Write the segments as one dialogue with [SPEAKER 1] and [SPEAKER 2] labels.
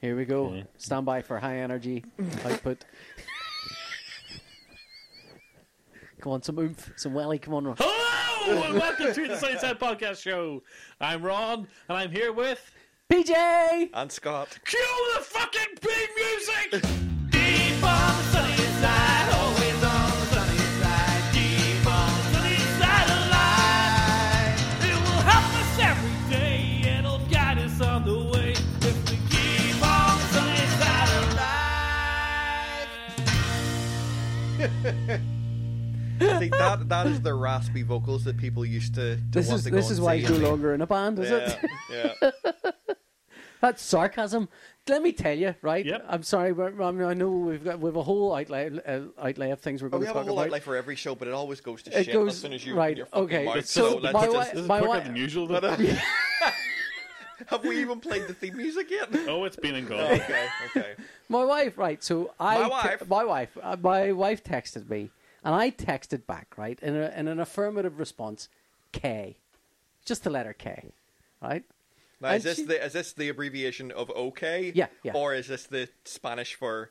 [SPEAKER 1] Here we go.
[SPEAKER 2] Okay.
[SPEAKER 1] Stand by for high energy output. come on, some oomph, some welly. Come on, Ron.
[SPEAKER 2] Hello and welcome to the Sunnyside Podcast Show. I'm Ron and I'm here with
[SPEAKER 1] PJ.
[SPEAKER 3] And Scott.
[SPEAKER 2] Cue the fucking big music! Deep on the sunny side, always on the sunny side, deep on the sunny side of life. It will help us every day, it'll guide us on the way if we keep on the sunny side of life.
[SPEAKER 3] See, that, that is the raspy vocals that people used to, to
[SPEAKER 1] This
[SPEAKER 3] want
[SPEAKER 1] is
[SPEAKER 3] to go
[SPEAKER 1] this
[SPEAKER 3] and
[SPEAKER 1] is why
[SPEAKER 3] see.
[SPEAKER 1] he's no longer in a band, is
[SPEAKER 3] yeah,
[SPEAKER 1] it?
[SPEAKER 3] yeah.
[SPEAKER 1] That's sarcasm. Let me tell you, right?
[SPEAKER 2] Yep.
[SPEAKER 1] I'm sorry, but um, I, mean, I know we've got we've a whole outlay uh, outlay of things we're
[SPEAKER 3] But
[SPEAKER 1] going
[SPEAKER 3] Oh,
[SPEAKER 1] to
[SPEAKER 3] we have a
[SPEAKER 1] talk
[SPEAKER 3] whole
[SPEAKER 1] about.
[SPEAKER 3] outline for every show, but it always goes to
[SPEAKER 1] It
[SPEAKER 3] shit
[SPEAKER 1] goes-
[SPEAKER 3] as soon as you
[SPEAKER 1] right,
[SPEAKER 3] open your fucking
[SPEAKER 1] okay,
[SPEAKER 3] mouth.
[SPEAKER 1] it's so-
[SPEAKER 3] let's
[SPEAKER 1] my
[SPEAKER 3] just,
[SPEAKER 1] wi- my wi-
[SPEAKER 2] usual.
[SPEAKER 3] have we even played the theme music yet?
[SPEAKER 2] oh, it's been and gone.
[SPEAKER 3] okay, okay.
[SPEAKER 1] My wife, right? So I,
[SPEAKER 3] My wife?
[SPEAKER 1] my wife, uh, my wife texted me, and I texted back, right, in, a, in an affirmative response, K, just the letter K, right?
[SPEAKER 3] Now,
[SPEAKER 1] And
[SPEAKER 3] is this
[SPEAKER 1] she-
[SPEAKER 3] the is this the abbreviation of OK?
[SPEAKER 1] Yeah, yeah.
[SPEAKER 3] Or is this the Spanish for?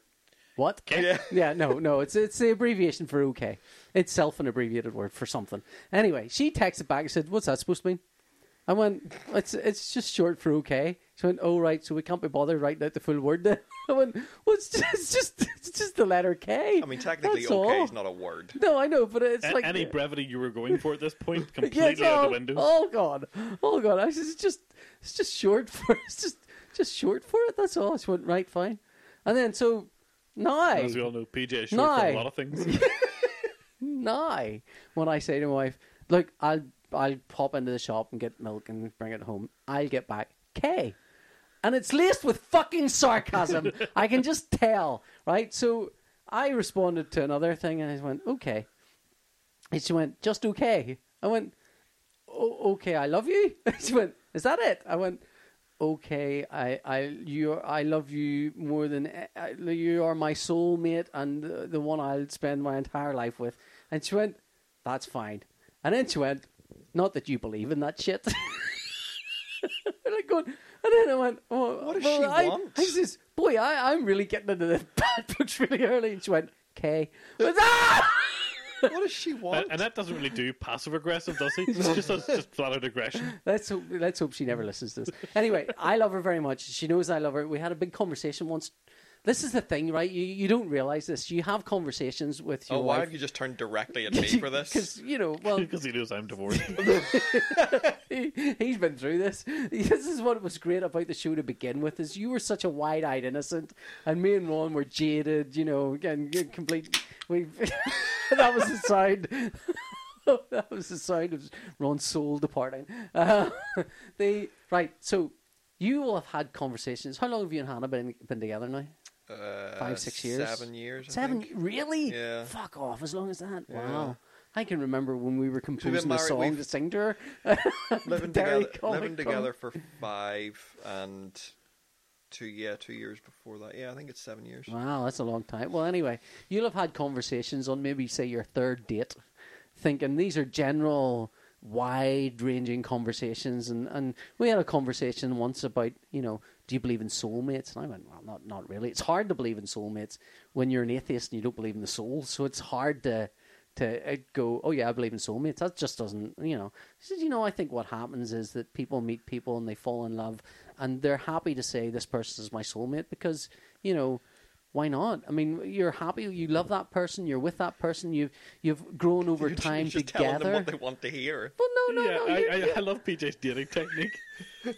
[SPEAKER 1] What?
[SPEAKER 3] Yeah.
[SPEAKER 1] yeah, no, no. It's it's the abbreviation for OK. It's self an abbreviated word for something. Anyway, she texted back and said, "What's that supposed to mean?" I went, "It's it's just short for OK." She went, "Oh right, so we can't be bothered writing out the full word." Then I went, "Well, it's just it's just, it's just the letter K."
[SPEAKER 3] I mean, technically,
[SPEAKER 1] That's
[SPEAKER 3] OK
[SPEAKER 1] all.
[SPEAKER 3] is not a word.
[SPEAKER 1] No, I know, but it's
[SPEAKER 2] A-
[SPEAKER 1] like
[SPEAKER 2] any brevity you were going for at this point
[SPEAKER 1] Yeah, it's
[SPEAKER 2] completely out
[SPEAKER 1] all-
[SPEAKER 2] the window.
[SPEAKER 1] Oh god, oh god! I says, it's just it's just short for it's just just short for it. That's all. I just went right fine, and then so now
[SPEAKER 2] As we all know, PJ is short
[SPEAKER 1] No.
[SPEAKER 2] for a lot of things.
[SPEAKER 1] now when I say to my wife, look, I'll I'll pop into the shop and get milk and bring it home. I'll get back K, and it's laced with fucking sarcasm. I can just tell, right? So I responded to another thing and I went okay, and she went just okay. I went oh, okay, I love you. she went, is that it? I went, okay, I, I, you, are- I love you more than I, you are my soulmate and the, the one I'll spend my entire life with. And she went, that's fine. And then she went, not that you believe in that shit. and I go, and then I went, oh,
[SPEAKER 3] What does
[SPEAKER 1] well,
[SPEAKER 3] she
[SPEAKER 1] I,
[SPEAKER 3] want?
[SPEAKER 1] I says, boy, I, I'm really getting into the bad books really early. And she went, okay. I went, "Ah!"
[SPEAKER 3] what does she want?
[SPEAKER 2] And, and that doesn't really do passive aggressive, does he? It's just, it's just flat out aggression.
[SPEAKER 1] Let's hope, let's hope she never listens to this. Anyway, I love her very much. She knows I love her. We had a big conversation once. This is the thing, right? You you don't realize this. You have conversations with your
[SPEAKER 3] oh, why
[SPEAKER 1] wife.
[SPEAKER 3] have you just turned directly at me for this?
[SPEAKER 1] Because you know, well,
[SPEAKER 2] Because he knows I'm divorced.
[SPEAKER 1] he, he's been through this. This is what was great about the show to begin with: is you were such a wide-eyed innocent, and me and Ron were jaded. You know, and and complete. We that was the sound. that was the sound of Ron's soul departing. Uh, they right. So you will have had conversations. How long have you and Hannah been been together now?
[SPEAKER 3] Uh,
[SPEAKER 1] Five, six years?
[SPEAKER 3] Seven years. I
[SPEAKER 1] Seven?
[SPEAKER 3] think.
[SPEAKER 1] Really?
[SPEAKER 3] Yeah.
[SPEAKER 1] Fuck off. As long as that. Wow. I can remember when we were composing a
[SPEAKER 3] married-
[SPEAKER 1] song
[SPEAKER 3] we've-
[SPEAKER 1] to sing to her.
[SPEAKER 3] Living
[SPEAKER 1] Dairy
[SPEAKER 3] together,
[SPEAKER 1] Comic
[SPEAKER 3] living
[SPEAKER 1] Con.
[SPEAKER 3] together for five and two. Yeah, two years before that. Yeah, I think it's seven years.
[SPEAKER 1] Wow, that's a long time. Well, anyway, you'll have had conversations on maybe, say, your third date, thinking these are general, wide ranging conversations. And, and we had a conversation once about, you know, do you believe in soulmates? And I went, well, not, not really. It's hard to believe in soulmates when you're an atheist and you don't believe in the soul. So it's hard to. To uh, go, oh yeah, I believe in soulmates. That just doesn't, you know. She says, you know, I think what happens is that people meet people and they fall in love, and they're happy to say this person is my soulmate because, you know, why not? I mean, you're happy, you love that person, you're with that person, you've you've grown over
[SPEAKER 3] You're ju-
[SPEAKER 1] time
[SPEAKER 3] you're just telling them
[SPEAKER 1] together.
[SPEAKER 3] what they want to hear.
[SPEAKER 1] Well, no, no,
[SPEAKER 2] yeah,
[SPEAKER 1] no.
[SPEAKER 2] I,
[SPEAKER 1] you-
[SPEAKER 2] I, I love PJ's dating technique.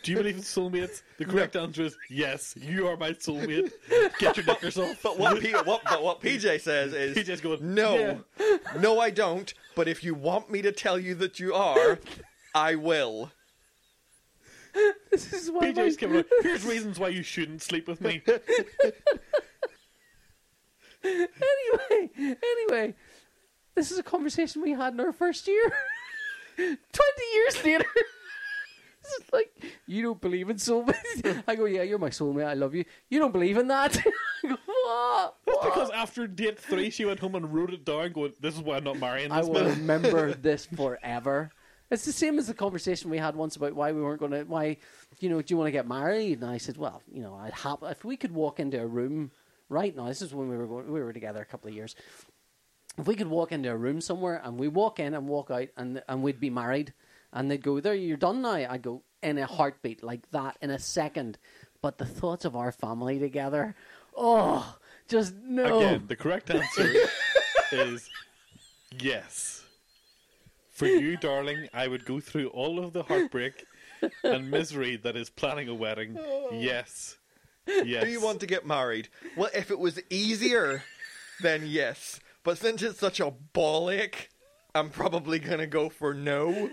[SPEAKER 2] Do you believe in soulmates? The correct answer is yes, you are my soulmate. Get your knickers off.
[SPEAKER 3] But what, P, what, but what PJ says is,
[SPEAKER 2] PJ's going,
[SPEAKER 3] no, no, I don't. But if you want me to tell you that you are, I will.
[SPEAKER 1] this is why
[SPEAKER 2] PJ's
[SPEAKER 1] my-
[SPEAKER 2] giving out, here's reasons why you shouldn't sleep with me.
[SPEAKER 1] anyway, anyway, this is a conversation we had in our first year. Twenty years later, this is like you don't believe in soulmates. I go, yeah, you're my soulmate. I love you. You don't believe in that. I go, what?
[SPEAKER 2] That's because after date three, she went home and wrote it down, going, this is why I'm not marrying
[SPEAKER 1] I
[SPEAKER 2] this
[SPEAKER 1] will
[SPEAKER 2] man.
[SPEAKER 1] remember this forever. It's the same as the conversation we had once about why we weren't going to, why, you know, do you want to get married? And I said, well, you know, I'd have, if we could walk into a room right now, this is when we were, going, we were together a couple of years. If we could walk into a room somewhere and we walk in and walk out and, and we'd be married and they'd go, there, you're done now. I'd go, in a heartbeat, like that, in a second. But the thoughts of our family together, oh, just no.
[SPEAKER 2] Again, the correct answer is yes. For you, darling, I would go through all of the heartbreak and misery that is planning a wedding. Yes. Yes.
[SPEAKER 3] Do you want to get married? Well, if it was easier, then yes. But since it's such a ball ache, I'm probably gonna go for no.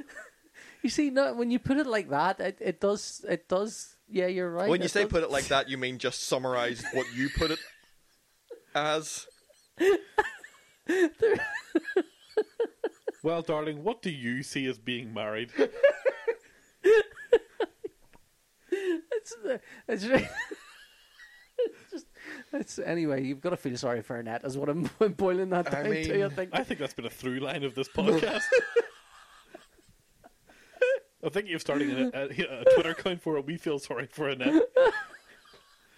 [SPEAKER 1] You see, no, when you put it like that, it, it does. It does. Yeah, you're right.
[SPEAKER 3] When you say
[SPEAKER 1] does-
[SPEAKER 3] put it like that, you mean just summarize what you put it as.
[SPEAKER 2] Well, darling, what do you see as being married?
[SPEAKER 1] it's, uh, it's, re- it's just. It's anyway. You've got to feel sorry for Annette, is what I'm, I'm boiling that
[SPEAKER 3] I
[SPEAKER 1] down to. I
[SPEAKER 3] mean,
[SPEAKER 1] think.
[SPEAKER 2] I think that's been a through line of this podcast. I think you've started a, a, a Twitter account for it. We feel sorry for Annette.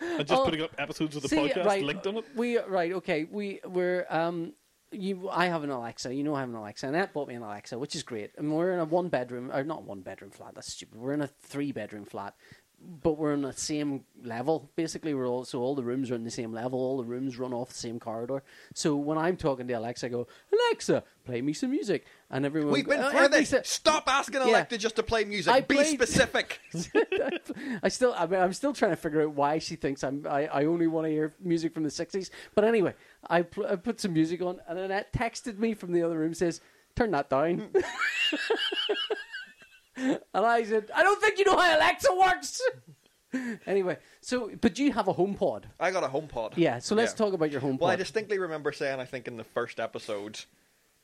[SPEAKER 2] And just
[SPEAKER 1] Oh,
[SPEAKER 2] putting up episodes of the
[SPEAKER 1] See,
[SPEAKER 2] podcast
[SPEAKER 1] right,
[SPEAKER 2] linked on it.
[SPEAKER 1] We right, okay. We we're um you I have an Alexa, you know I have an Alexa, and that bought me an Alexa, which is great. And we're in a one bedroom or not one bedroom flat, that's stupid. We're in a three bedroom flat. But we're on the same level. Basically, we're all so all the rooms are in the same level. All the rooms run off the same corridor. So when I'm talking to Alexa, I go, "Alexa, play me some music," and everyone
[SPEAKER 3] We've been
[SPEAKER 1] uh,
[SPEAKER 3] through this.
[SPEAKER 1] Alexa-
[SPEAKER 3] Stop asking
[SPEAKER 1] Yeah.
[SPEAKER 3] Electa just to play music.
[SPEAKER 1] I
[SPEAKER 3] Be
[SPEAKER 1] played-
[SPEAKER 3] specific.
[SPEAKER 1] I still, I mean, I'm still trying to figure out why she thinks I'm. I, I only want to hear music from the '60s. But anyway, I, pl- I put some music on, and Annette texted me from the other room, says, "Turn that down." and I said, "I don't think you know how Alexa works." anyway, so but you have a home pod,
[SPEAKER 3] I got a home pod.
[SPEAKER 1] yeah? So let's talk about your home
[SPEAKER 3] Well, I
[SPEAKER 1] pod.
[SPEAKER 3] distinctly remember saying, I think in the first episode,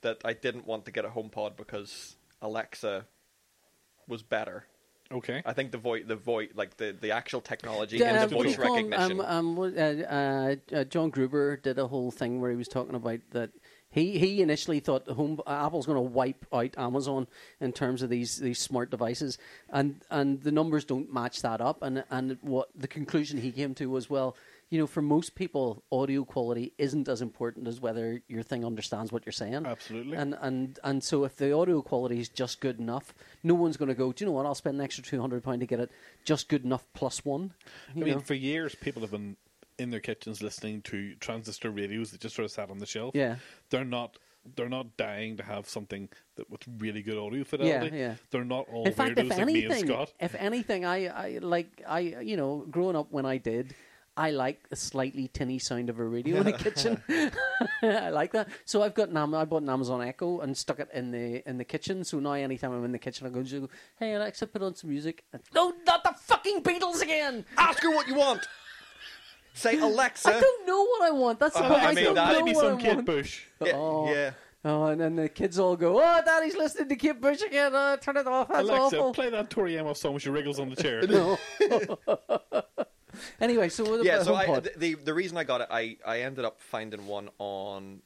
[SPEAKER 3] that I didn't want to get a home pod because Alexa was better.
[SPEAKER 2] Okay.
[SPEAKER 3] I think the voice, the voice, like the, the actual technology
[SPEAKER 1] Yeah,
[SPEAKER 3] and the
[SPEAKER 1] um,
[SPEAKER 3] voice
[SPEAKER 1] what's it called?
[SPEAKER 3] recognition.
[SPEAKER 1] Um, um, what- uh, uh, uh, John Gruber did a whole thing where he was talking about that. He, he initially thought home, uh, Apple's going to wipe out Amazon in terms of these, these smart devices, and, and the numbers don't match that up. And and what the conclusion he came to was, well, you know, for most people, audio quality isn't as important as whether your thing understands what you're saying.
[SPEAKER 2] Absolutely.
[SPEAKER 1] And and and so if the audio quality is just good enough, no one's going to go. Do you know what? I'll spend an extra two hundred pound to get it just good enough plus one.
[SPEAKER 2] I
[SPEAKER 1] you
[SPEAKER 2] mean,
[SPEAKER 1] know?
[SPEAKER 2] for years, people have been in their kitchens listening to transistor radios that just sort of sat on the shelf.
[SPEAKER 1] Yeah.
[SPEAKER 2] They're not. They're not dying to have something that with really good audio fidelity.
[SPEAKER 1] yeah.
[SPEAKER 2] They're not all
[SPEAKER 1] in fact, if
[SPEAKER 2] weirdos like me and
[SPEAKER 1] anything,
[SPEAKER 2] Scott.
[SPEAKER 1] if anything, I, I like I you know growing up when I did, I like the slightly tinny sound of a radio in the kitchen. I like that. So I've got an, Am- I bought an Amazon Echo and stuck it in the in the kitchen. So now anytime I'm in the kitchen, I go, just go "Hey Alexa, put on some music." And, no, not the fucking Beatles again.
[SPEAKER 3] Ask her what you want. Say Alexa.
[SPEAKER 1] I don't know what I want. That's the
[SPEAKER 3] Uh,
[SPEAKER 1] point.
[SPEAKER 3] I
[SPEAKER 1] I,
[SPEAKER 3] mean,
[SPEAKER 1] don't
[SPEAKER 3] that-
[SPEAKER 1] know
[SPEAKER 2] Maybe
[SPEAKER 1] what
[SPEAKER 2] some
[SPEAKER 1] I
[SPEAKER 2] kid
[SPEAKER 1] want.
[SPEAKER 2] bush.
[SPEAKER 3] Yeah,
[SPEAKER 1] Oh.
[SPEAKER 3] yeah.
[SPEAKER 1] Oh, and then the kids all go, "Oh, Daddy's listening to Kid Bush again. Oh, turn it off. That's
[SPEAKER 2] Alexa,
[SPEAKER 1] awful."
[SPEAKER 2] play that Tori Amos song when she wriggles on the chair.
[SPEAKER 1] anyway, so what
[SPEAKER 3] yeah
[SPEAKER 1] about
[SPEAKER 3] so I,
[SPEAKER 1] HomePod?
[SPEAKER 3] th- the the reason I got it, I I ended up finding one on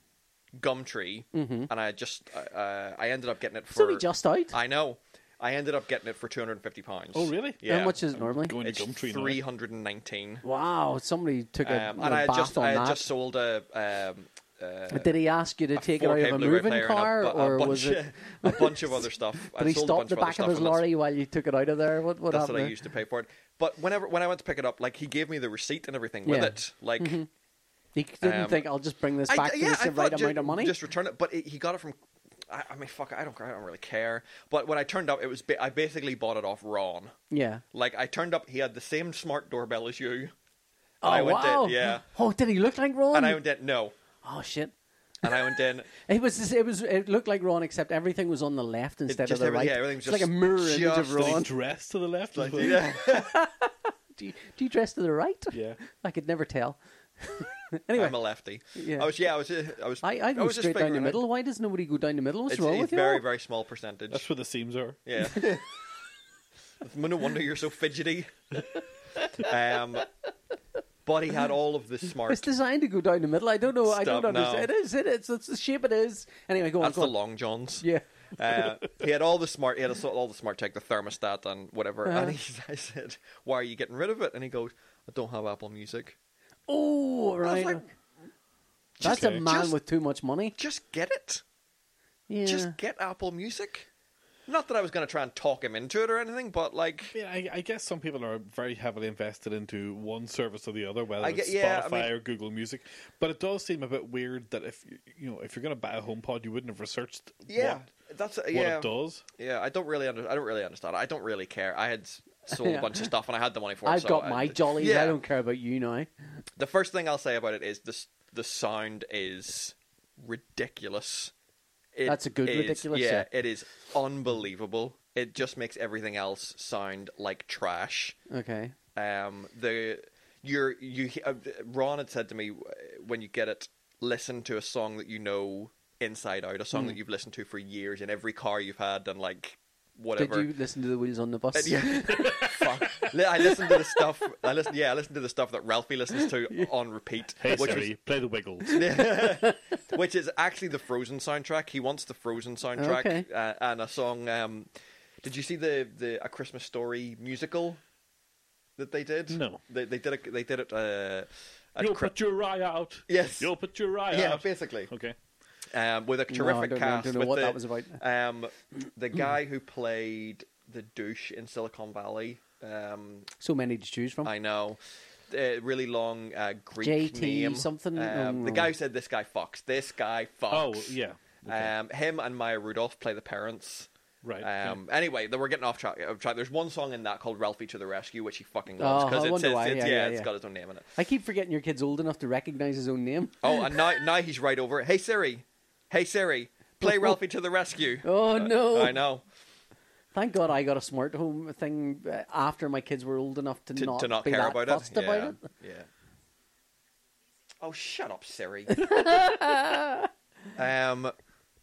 [SPEAKER 3] Gumtree, and I just uh, uh, I ended up getting it for.
[SPEAKER 1] Mm-hmm. it's only just out.
[SPEAKER 3] I know. I ended up getting it for two hundred and fifty pounds.
[SPEAKER 2] Oh, really?
[SPEAKER 3] Yeah.
[SPEAKER 1] How much is it normally?
[SPEAKER 2] Going
[SPEAKER 3] It's
[SPEAKER 2] to Gumtree now.
[SPEAKER 3] three hundred and nineteen.
[SPEAKER 1] Wow, somebody took a,
[SPEAKER 3] Um,
[SPEAKER 1] a
[SPEAKER 3] and I had
[SPEAKER 1] bath
[SPEAKER 3] just
[SPEAKER 1] on
[SPEAKER 3] I had
[SPEAKER 1] that.
[SPEAKER 3] just sold a. Um, uh,
[SPEAKER 1] Did he ask you to take it out
[SPEAKER 3] 4K
[SPEAKER 1] of a
[SPEAKER 3] Blu-ray
[SPEAKER 1] moving
[SPEAKER 3] player and
[SPEAKER 1] car,
[SPEAKER 3] bu-
[SPEAKER 1] or was
[SPEAKER 3] bunch
[SPEAKER 1] it?
[SPEAKER 3] a bunch of other stuff? I
[SPEAKER 1] Did he
[SPEAKER 3] sold a
[SPEAKER 1] stop
[SPEAKER 3] bunch
[SPEAKER 1] the
[SPEAKER 3] other
[SPEAKER 1] back
[SPEAKER 3] stuff
[SPEAKER 1] of his
[SPEAKER 3] and that's-
[SPEAKER 1] lorry while you took it out of there? What what
[SPEAKER 3] That's
[SPEAKER 1] happened?
[SPEAKER 3] what I
[SPEAKER 1] there?
[SPEAKER 3] used to pay for it. But whenever when I went to pick it up, like he gave me the receipt and everything with
[SPEAKER 1] Yeah. Mm-hmm.
[SPEAKER 3] it. Like
[SPEAKER 1] He didn't
[SPEAKER 3] Um,
[SPEAKER 1] think I'll just bring this
[SPEAKER 3] I-
[SPEAKER 1] back to
[SPEAKER 3] yeah,
[SPEAKER 1] the
[SPEAKER 3] I
[SPEAKER 1] same right
[SPEAKER 3] thought ju-
[SPEAKER 1] amount of money.
[SPEAKER 3] Just return it. But it, he got it from. I, I mean, fuck. I don't. care, I don't really care. But when I turned up, it was. Ba- I basically bought it off Ron.
[SPEAKER 1] yeah.
[SPEAKER 3] Like I turned up, he had the same smart doorbell as you.
[SPEAKER 1] Oh
[SPEAKER 3] And I went
[SPEAKER 1] wow!
[SPEAKER 3] in, yeah.
[SPEAKER 1] Oh, did he look like Ron?
[SPEAKER 3] And I went in, no.
[SPEAKER 1] oh shit!
[SPEAKER 3] And I went in.
[SPEAKER 1] It was this, it was it looked like Ron except everything was on the left instead of
[SPEAKER 3] just
[SPEAKER 1] the
[SPEAKER 3] every-
[SPEAKER 1] right.
[SPEAKER 3] yeah, everything
[SPEAKER 1] it's
[SPEAKER 3] was
[SPEAKER 1] like a
[SPEAKER 3] just-
[SPEAKER 1] mirror image
[SPEAKER 3] just
[SPEAKER 1] of
[SPEAKER 3] the-
[SPEAKER 1] Ron.
[SPEAKER 2] Dress to the left. as well.
[SPEAKER 3] yeah.
[SPEAKER 1] Do you, do you dress to the right?
[SPEAKER 2] Yeah.
[SPEAKER 1] I could never tell. anyway,
[SPEAKER 3] I'm a lefty.
[SPEAKER 1] Yeah.
[SPEAKER 3] I was. Yeah. I was. uh, I was.
[SPEAKER 1] I I'd
[SPEAKER 3] I
[SPEAKER 1] go
[SPEAKER 3] was just
[SPEAKER 1] straight down
[SPEAKER 3] figuring
[SPEAKER 1] the
[SPEAKER 3] out-
[SPEAKER 1] middle. Why does nobody go down the middle? What's
[SPEAKER 3] It's,
[SPEAKER 1] wrong
[SPEAKER 3] it's
[SPEAKER 1] with you?
[SPEAKER 3] very
[SPEAKER 1] all?
[SPEAKER 3] very small percentage.
[SPEAKER 2] That's where the seams are.
[SPEAKER 3] Yeah. no wonder you're so fidgety. Um, but he had all of the smart.
[SPEAKER 1] It's designed to go down the middle. I don't know. I
[SPEAKER 3] Stop
[SPEAKER 1] don't understand.
[SPEAKER 3] now.
[SPEAKER 1] It is. It is. It's the shape it is. Anyway, go on.
[SPEAKER 3] That's
[SPEAKER 1] Go
[SPEAKER 3] the
[SPEAKER 1] on.
[SPEAKER 3] long johns.
[SPEAKER 1] Yeah.
[SPEAKER 3] Uh, he had all the smart, he had a- all the smart tech, the thermostat and whatever.
[SPEAKER 1] Uh-huh.
[SPEAKER 3] And he, I said, "Why are you getting rid of it?" And he goes, "I don't have Apple Music."
[SPEAKER 1] Oh,
[SPEAKER 3] I
[SPEAKER 1] right.
[SPEAKER 3] was like,
[SPEAKER 1] That's
[SPEAKER 2] okay.
[SPEAKER 1] a man
[SPEAKER 3] Just-
[SPEAKER 1] with too much money.
[SPEAKER 3] "Just get it.
[SPEAKER 1] Yeah.
[SPEAKER 3] Just get Apple Music." Not that I was going to try and talk him into it or anything, but like,
[SPEAKER 2] I mean, I, I guess some people are very heavily invested into one service or the other, whether
[SPEAKER 3] I
[SPEAKER 2] it's
[SPEAKER 3] get- yeah, I
[SPEAKER 2] Spotify
[SPEAKER 3] mean-
[SPEAKER 2] or Google Music. But it does seem a bit weird that if you- you know if you're going to buy a HomePod, you wouldn't have researched
[SPEAKER 3] yeah,
[SPEAKER 2] what,
[SPEAKER 3] that's
[SPEAKER 2] what
[SPEAKER 3] yeah.
[SPEAKER 2] it does.
[SPEAKER 3] Yeah, I don't really under- I don't really understand. it. I don't really care. I had s- sold
[SPEAKER 1] Yeah.
[SPEAKER 3] a bunch of stuff and I had the money for it.
[SPEAKER 1] I've
[SPEAKER 3] so
[SPEAKER 1] got
[SPEAKER 3] I-
[SPEAKER 1] my jollies.
[SPEAKER 3] Yeah.
[SPEAKER 1] I don't care about you now.
[SPEAKER 3] The first thing I'll say about it is this: the sound is ridiculous. It
[SPEAKER 1] That's a good
[SPEAKER 3] is-
[SPEAKER 1] ridiculous,
[SPEAKER 3] Yeah,
[SPEAKER 1] yeah.
[SPEAKER 3] it is unbelievable. It just makes everything else sound like trash.
[SPEAKER 1] Okay.
[SPEAKER 3] Um, the you're you uh, Ron had said to me uh, when you get it, listen to a song that you know inside out, a song
[SPEAKER 1] Hmm.
[SPEAKER 3] that you've listened to for years in every car you've had, and like whatever.
[SPEAKER 1] Did you listen to the wheels on the bus?
[SPEAKER 3] And yeah, fuck. Li- I listened to the stuff. I listen. Yeah, I listened to the stuff that Ralphie listens to on repeat,
[SPEAKER 2] Hey
[SPEAKER 3] which
[SPEAKER 2] Siri, play the Wiggles.
[SPEAKER 3] was which is actually the Frozen soundtrack. He wants the Frozen soundtrack
[SPEAKER 1] Okay.
[SPEAKER 3] uh, and a song. Um, did you see the the A Christmas Story musical that they did?
[SPEAKER 2] No.
[SPEAKER 3] they, they did it. They did it. Uh, at
[SPEAKER 2] You'll
[SPEAKER 3] Chri-
[SPEAKER 2] put your eye out.
[SPEAKER 3] Yes.
[SPEAKER 2] You'll put your eye
[SPEAKER 3] yeah,
[SPEAKER 2] out.
[SPEAKER 3] basically,
[SPEAKER 2] Okay.
[SPEAKER 3] um, with a
[SPEAKER 1] No, I
[SPEAKER 3] terrific
[SPEAKER 1] don't know-
[SPEAKER 3] cast.
[SPEAKER 1] don't know
[SPEAKER 3] with
[SPEAKER 1] what
[SPEAKER 3] the,
[SPEAKER 1] that was about.
[SPEAKER 3] Um, the guy who played the douche in Silicon Valley. Um,
[SPEAKER 1] So many to choose from.
[SPEAKER 3] I know. Uh, really long uh, Greek
[SPEAKER 1] JT
[SPEAKER 3] name.
[SPEAKER 1] something?
[SPEAKER 3] Um, The
[SPEAKER 1] Oh.
[SPEAKER 3] guy who said this guy fucks. This guy
[SPEAKER 2] Oh
[SPEAKER 3] fucks.
[SPEAKER 2] yeah.
[SPEAKER 3] Um, him and Maya Rudolph play the parents.
[SPEAKER 2] Right.
[SPEAKER 3] Um, Anyway, then we're getting off track, of track. There's one song in that called "Ralphie to the Rescue," which he fucking loves
[SPEAKER 1] Oh, I
[SPEAKER 3] it's,
[SPEAKER 1] wonder
[SPEAKER 3] his-
[SPEAKER 1] why.
[SPEAKER 3] it's-
[SPEAKER 1] Yeah, yeah,
[SPEAKER 3] it's
[SPEAKER 1] yeah.
[SPEAKER 3] got his own name in it.
[SPEAKER 1] I keep forgetting your kid's old enough to recognize his own name.
[SPEAKER 3] Oh, and now now he's right over. it. Hey Siri, hey Siri, play "Ralphie to the Rescue."
[SPEAKER 1] Oh no!
[SPEAKER 3] Uh, I know
[SPEAKER 1] Thank God I got a smart home thing uh, after my kids were old enough to,
[SPEAKER 3] to
[SPEAKER 1] not,
[SPEAKER 3] to not
[SPEAKER 1] be
[SPEAKER 3] care
[SPEAKER 1] that
[SPEAKER 3] about
[SPEAKER 1] fussed
[SPEAKER 3] it.
[SPEAKER 1] about
[SPEAKER 3] yeah.
[SPEAKER 1] it.
[SPEAKER 3] Yeah. Oh, shut up, Siri. um,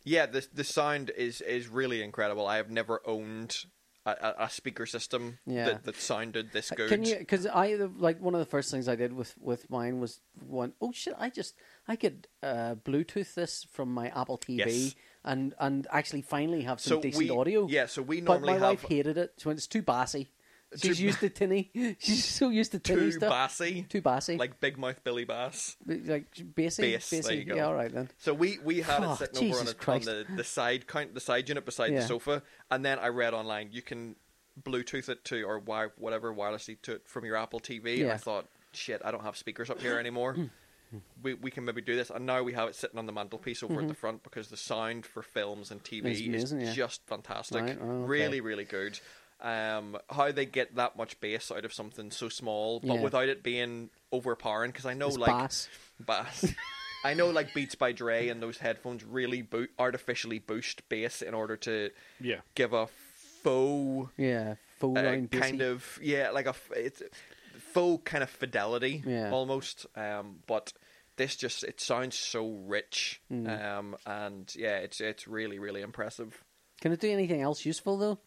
[SPEAKER 3] yeah, the the sound is is really incredible. I have never owned a, a, a speaker system
[SPEAKER 1] Yeah. Uh,
[SPEAKER 3] that, that sounded this good.
[SPEAKER 1] Can you? Because I like one of the first things I did with with mine was one oh shit! I just I could uh, Bluetooth this from my Apple TV
[SPEAKER 3] Yes.
[SPEAKER 1] and and actually finally have some
[SPEAKER 3] so
[SPEAKER 1] decent
[SPEAKER 3] we,
[SPEAKER 1] audio.
[SPEAKER 3] Yeah, so we
[SPEAKER 1] but my
[SPEAKER 3] normally have
[SPEAKER 1] wife hated it. She went, "It's too bassy." She's
[SPEAKER 3] Too-
[SPEAKER 1] used to tinny. She's so used to tinny
[SPEAKER 3] two
[SPEAKER 1] stuff.
[SPEAKER 3] bassy,
[SPEAKER 1] too bassy.
[SPEAKER 3] like Big Mouth Billy Bass.
[SPEAKER 1] like bassy,
[SPEAKER 3] Bass, there
[SPEAKER 1] bassy.
[SPEAKER 3] you go.
[SPEAKER 1] Yeah, all right then.
[SPEAKER 3] So we, we had
[SPEAKER 1] Oh,
[SPEAKER 3] it sitting over on,
[SPEAKER 1] Jesus
[SPEAKER 3] a, on
[SPEAKER 1] Christ.
[SPEAKER 3] the, the side count the side unit beside
[SPEAKER 1] Yeah.
[SPEAKER 3] the sofa, and then I read online you can Bluetooth it to or wire whatever wirelessly to it from your Apple TV. And I
[SPEAKER 1] Yeah. Mm.
[SPEAKER 3] thought, shit, I don't have speakers up here anymore. we we can maybe do this, and now we have it sitting on the mantelpiece over at the front because the sound for films and TV
[SPEAKER 1] Mm-hmm. It's amazing,
[SPEAKER 3] is
[SPEAKER 1] yeah.
[SPEAKER 3] just fantastic,
[SPEAKER 1] Right, oh, okay.
[SPEAKER 3] really really good. Um, how they get that much bass out of something so small, but
[SPEAKER 1] Yeah.
[SPEAKER 3] without it being overpowering? Because I know
[SPEAKER 1] It's
[SPEAKER 3] Oh, like
[SPEAKER 1] bass.
[SPEAKER 3] bass. I know, like Beats by Dre and those headphones really bo- artificially boost bass in order to
[SPEAKER 2] Yeah.
[SPEAKER 3] give a faux
[SPEAKER 1] Yeah, full
[SPEAKER 3] uh,
[SPEAKER 1] line bassy.
[SPEAKER 3] kind of yeah, like a f- it's faux kind of fidelity
[SPEAKER 1] Yeah.
[SPEAKER 3] almost. Um, but this just it sounds so rich,
[SPEAKER 1] Mm.
[SPEAKER 3] um, and yeah, it's it's really really impressive.
[SPEAKER 1] Can it do anything else useful though?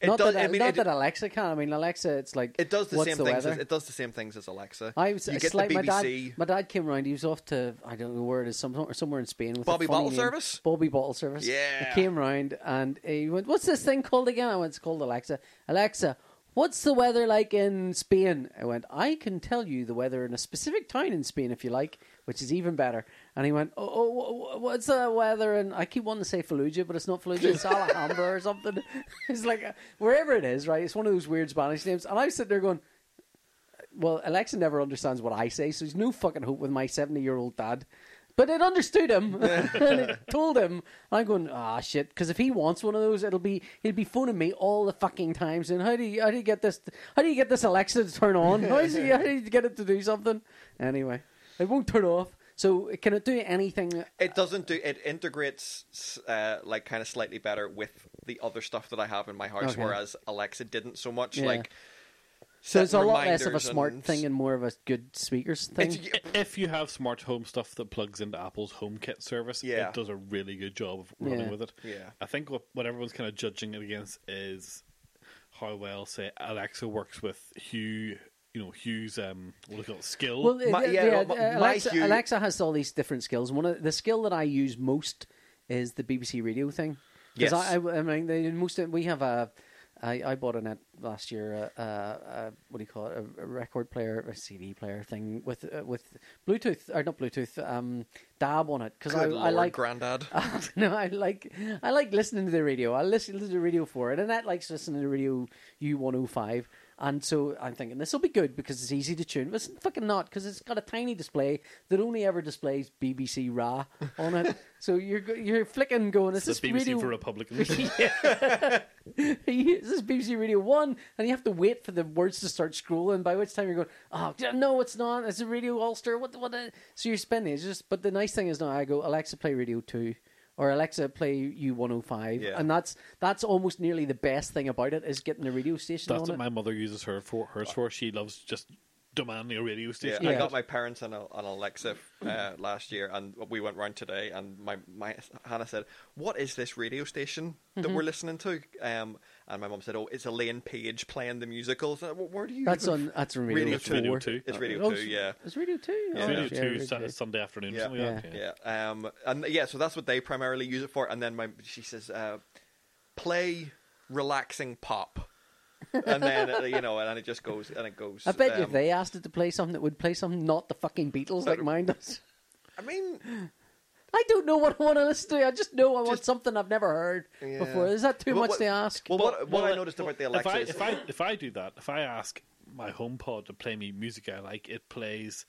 [SPEAKER 3] It
[SPEAKER 1] not
[SPEAKER 3] does.
[SPEAKER 1] that,
[SPEAKER 3] I mean,
[SPEAKER 1] not
[SPEAKER 3] it,
[SPEAKER 1] that Alexa can. I mean, Alexa, it's like
[SPEAKER 3] it does the
[SPEAKER 1] what's
[SPEAKER 3] same
[SPEAKER 1] the
[SPEAKER 3] things.
[SPEAKER 1] Weather?
[SPEAKER 3] As, it does the same things as Alexa.
[SPEAKER 1] I was
[SPEAKER 3] you
[SPEAKER 1] it's
[SPEAKER 3] get
[SPEAKER 1] like
[SPEAKER 3] the BBC.
[SPEAKER 1] my dad. My dad came round. He was off to I don't know where it is, somewhere somewhere in Spain with a
[SPEAKER 3] Bobby
[SPEAKER 1] funny
[SPEAKER 3] Bottle
[SPEAKER 1] name.
[SPEAKER 3] Service?
[SPEAKER 1] Bobby Bottle Service.
[SPEAKER 3] Yeah.
[SPEAKER 1] he came round and he went, "What's this thing called again?" I went, "It's called Alexa." Alexa, what's the weather like in Spain? I went, "I can tell you the weather in a specific town in Spain if you like, which is even better." And he went, "Oh, oh wh- wh- what's the weather?" And I keep wanting to say Fallujah, but it's not Fallujah. It's Alhambra or something. It's like uh, wherever it is, right? It's one of those weird Spanish names. And I was sitting there going. Well, Alexa never understands what I say, so he's no fucking hope with my 70 year old dad. But it understood him and it told him. And I'm going, ah, shit. Because if he wants one of those, it'll be he'll be phoning me all the fucking time saying, how do you how do you get this how do you get this Alexa to turn on? How, is he, how do you get it to do something? Anyway, it won't turn off. So can it do anything?
[SPEAKER 3] It doesn't do. It integrates s- uh, like kind of slightly better with the other stuff that I have in my house,
[SPEAKER 1] Okay.
[SPEAKER 3] whereas Alexa didn't so much.
[SPEAKER 1] Yeah.
[SPEAKER 3] Like,
[SPEAKER 1] So it's a
[SPEAKER 3] set
[SPEAKER 1] lot less of a
[SPEAKER 3] reminders
[SPEAKER 1] smart
[SPEAKER 3] and-
[SPEAKER 1] thing and more of a good speakers thing.
[SPEAKER 3] It's, y-
[SPEAKER 2] If you have smart home stuff that plugs into Apple's HomeKit service,
[SPEAKER 3] Yeah.
[SPEAKER 2] it does a really good job of running
[SPEAKER 1] Yeah.
[SPEAKER 2] with it.
[SPEAKER 3] Yeah.
[SPEAKER 2] I think what, what everyone's kind of judging it against is how well, say, Alexa works with Hugh, you know, Hugh's um, what do you call it, skill.
[SPEAKER 1] Well,
[SPEAKER 3] My-
[SPEAKER 1] yeah,
[SPEAKER 3] yeah,
[SPEAKER 1] yeah,
[SPEAKER 3] my-
[SPEAKER 1] uh,
[SPEAKER 3] my
[SPEAKER 1] Alexa,
[SPEAKER 3] Hugh-
[SPEAKER 1] Alexa has all these different skills. One of the skill that I use most is the BBC Radio thing. Because
[SPEAKER 3] Yes.
[SPEAKER 1] I, I, I mean, they, most of, we have a. I, I bought a net last year. A, a, a, what do you call it? A, a record player, a CD player thing with uh, with Bluetooth or not Bluetooth? Um, DAB on it because I,
[SPEAKER 3] Good
[SPEAKER 1] I
[SPEAKER 3] lord,
[SPEAKER 1] like uh,
[SPEAKER 3] granddad.
[SPEAKER 1] no, I like I like listening to the radio. I listen, listen to the radio for it, and that likes listening to the radio U one hundred five. And so I'm thinking this will be good because it's easy to tune. But it's fucking not because it's got a tiny display that only ever displays BBC Ra on it. so you're go- you're flicking going. Is
[SPEAKER 2] The
[SPEAKER 1] this
[SPEAKER 2] BBC
[SPEAKER 1] radio?
[SPEAKER 2] for Republicans.
[SPEAKER 1] is this BBC Radio One? And you have to wait for the words to start scrolling. By which time you're going, oh d- no, it's not. It's a Radio Ulster. What? the- What? the-" So you're spending. It's just. But the nice thing is now I go Alexa play Radio Two, or Alexa play U one hundred five,
[SPEAKER 3] Yeah.
[SPEAKER 1] and that's that's almost nearly the best thing about it is getting the radio station
[SPEAKER 2] That's
[SPEAKER 1] on
[SPEAKER 2] what
[SPEAKER 1] it.
[SPEAKER 2] my mother uses her for. Hers for. She loves just demanding a radio
[SPEAKER 3] Yeah,
[SPEAKER 2] station.
[SPEAKER 1] Yeah.
[SPEAKER 3] I got my parents an, an Alexa uh, last year, and we went round today, and my, my Hannah said, "What is this radio station that
[SPEAKER 1] Mm-hmm.
[SPEAKER 3] we're listening to?" Um, and my mum said, "Oh, it's Elaine Page playing the musicals." And I, "Well, where do you?
[SPEAKER 1] That's
[SPEAKER 3] even
[SPEAKER 1] on. That's on Radio,
[SPEAKER 3] Radio
[SPEAKER 1] Four.
[SPEAKER 2] Radio Two.
[SPEAKER 3] It's
[SPEAKER 2] Uh,
[SPEAKER 3] Radio
[SPEAKER 1] Oh,
[SPEAKER 3] Two, yeah,
[SPEAKER 1] It's Radio Two.
[SPEAKER 3] Yeah.
[SPEAKER 1] Oh,
[SPEAKER 2] Radio
[SPEAKER 1] yeah,
[SPEAKER 2] Two Sat- Sunday afternoon.
[SPEAKER 3] Yeah.
[SPEAKER 2] Something Like that.
[SPEAKER 1] Yeah.
[SPEAKER 3] yeah. Um, and yeah, so that's what they primarily use it for. And then my she says, uh, "Play relaxing pop," and then uh, you know, and then it just goes and it goes.
[SPEAKER 1] I bet you if
[SPEAKER 3] um,
[SPEAKER 1] they asked it to play something, it would play something not the fucking Beatles like mine does.
[SPEAKER 3] I mean,
[SPEAKER 1] I don't know what I want to listen to. I just know I want
[SPEAKER 3] Just-
[SPEAKER 1] something I've never heard
[SPEAKER 3] Yeah.
[SPEAKER 1] before. Is that too
[SPEAKER 3] Well,
[SPEAKER 1] much
[SPEAKER 3] what-
[SPEAKER 1] to ask?
[SPEAKER 3] well, what, what
[SPEAKER 2] Well,
[SPEAKER 3] I noticed
[SPEAKER 2] well,
[SPEAKER 3] about the Alexa is
[SPEAKER 2] If I, if I if I do that, if I ask my HomePod to play me music I like, it plays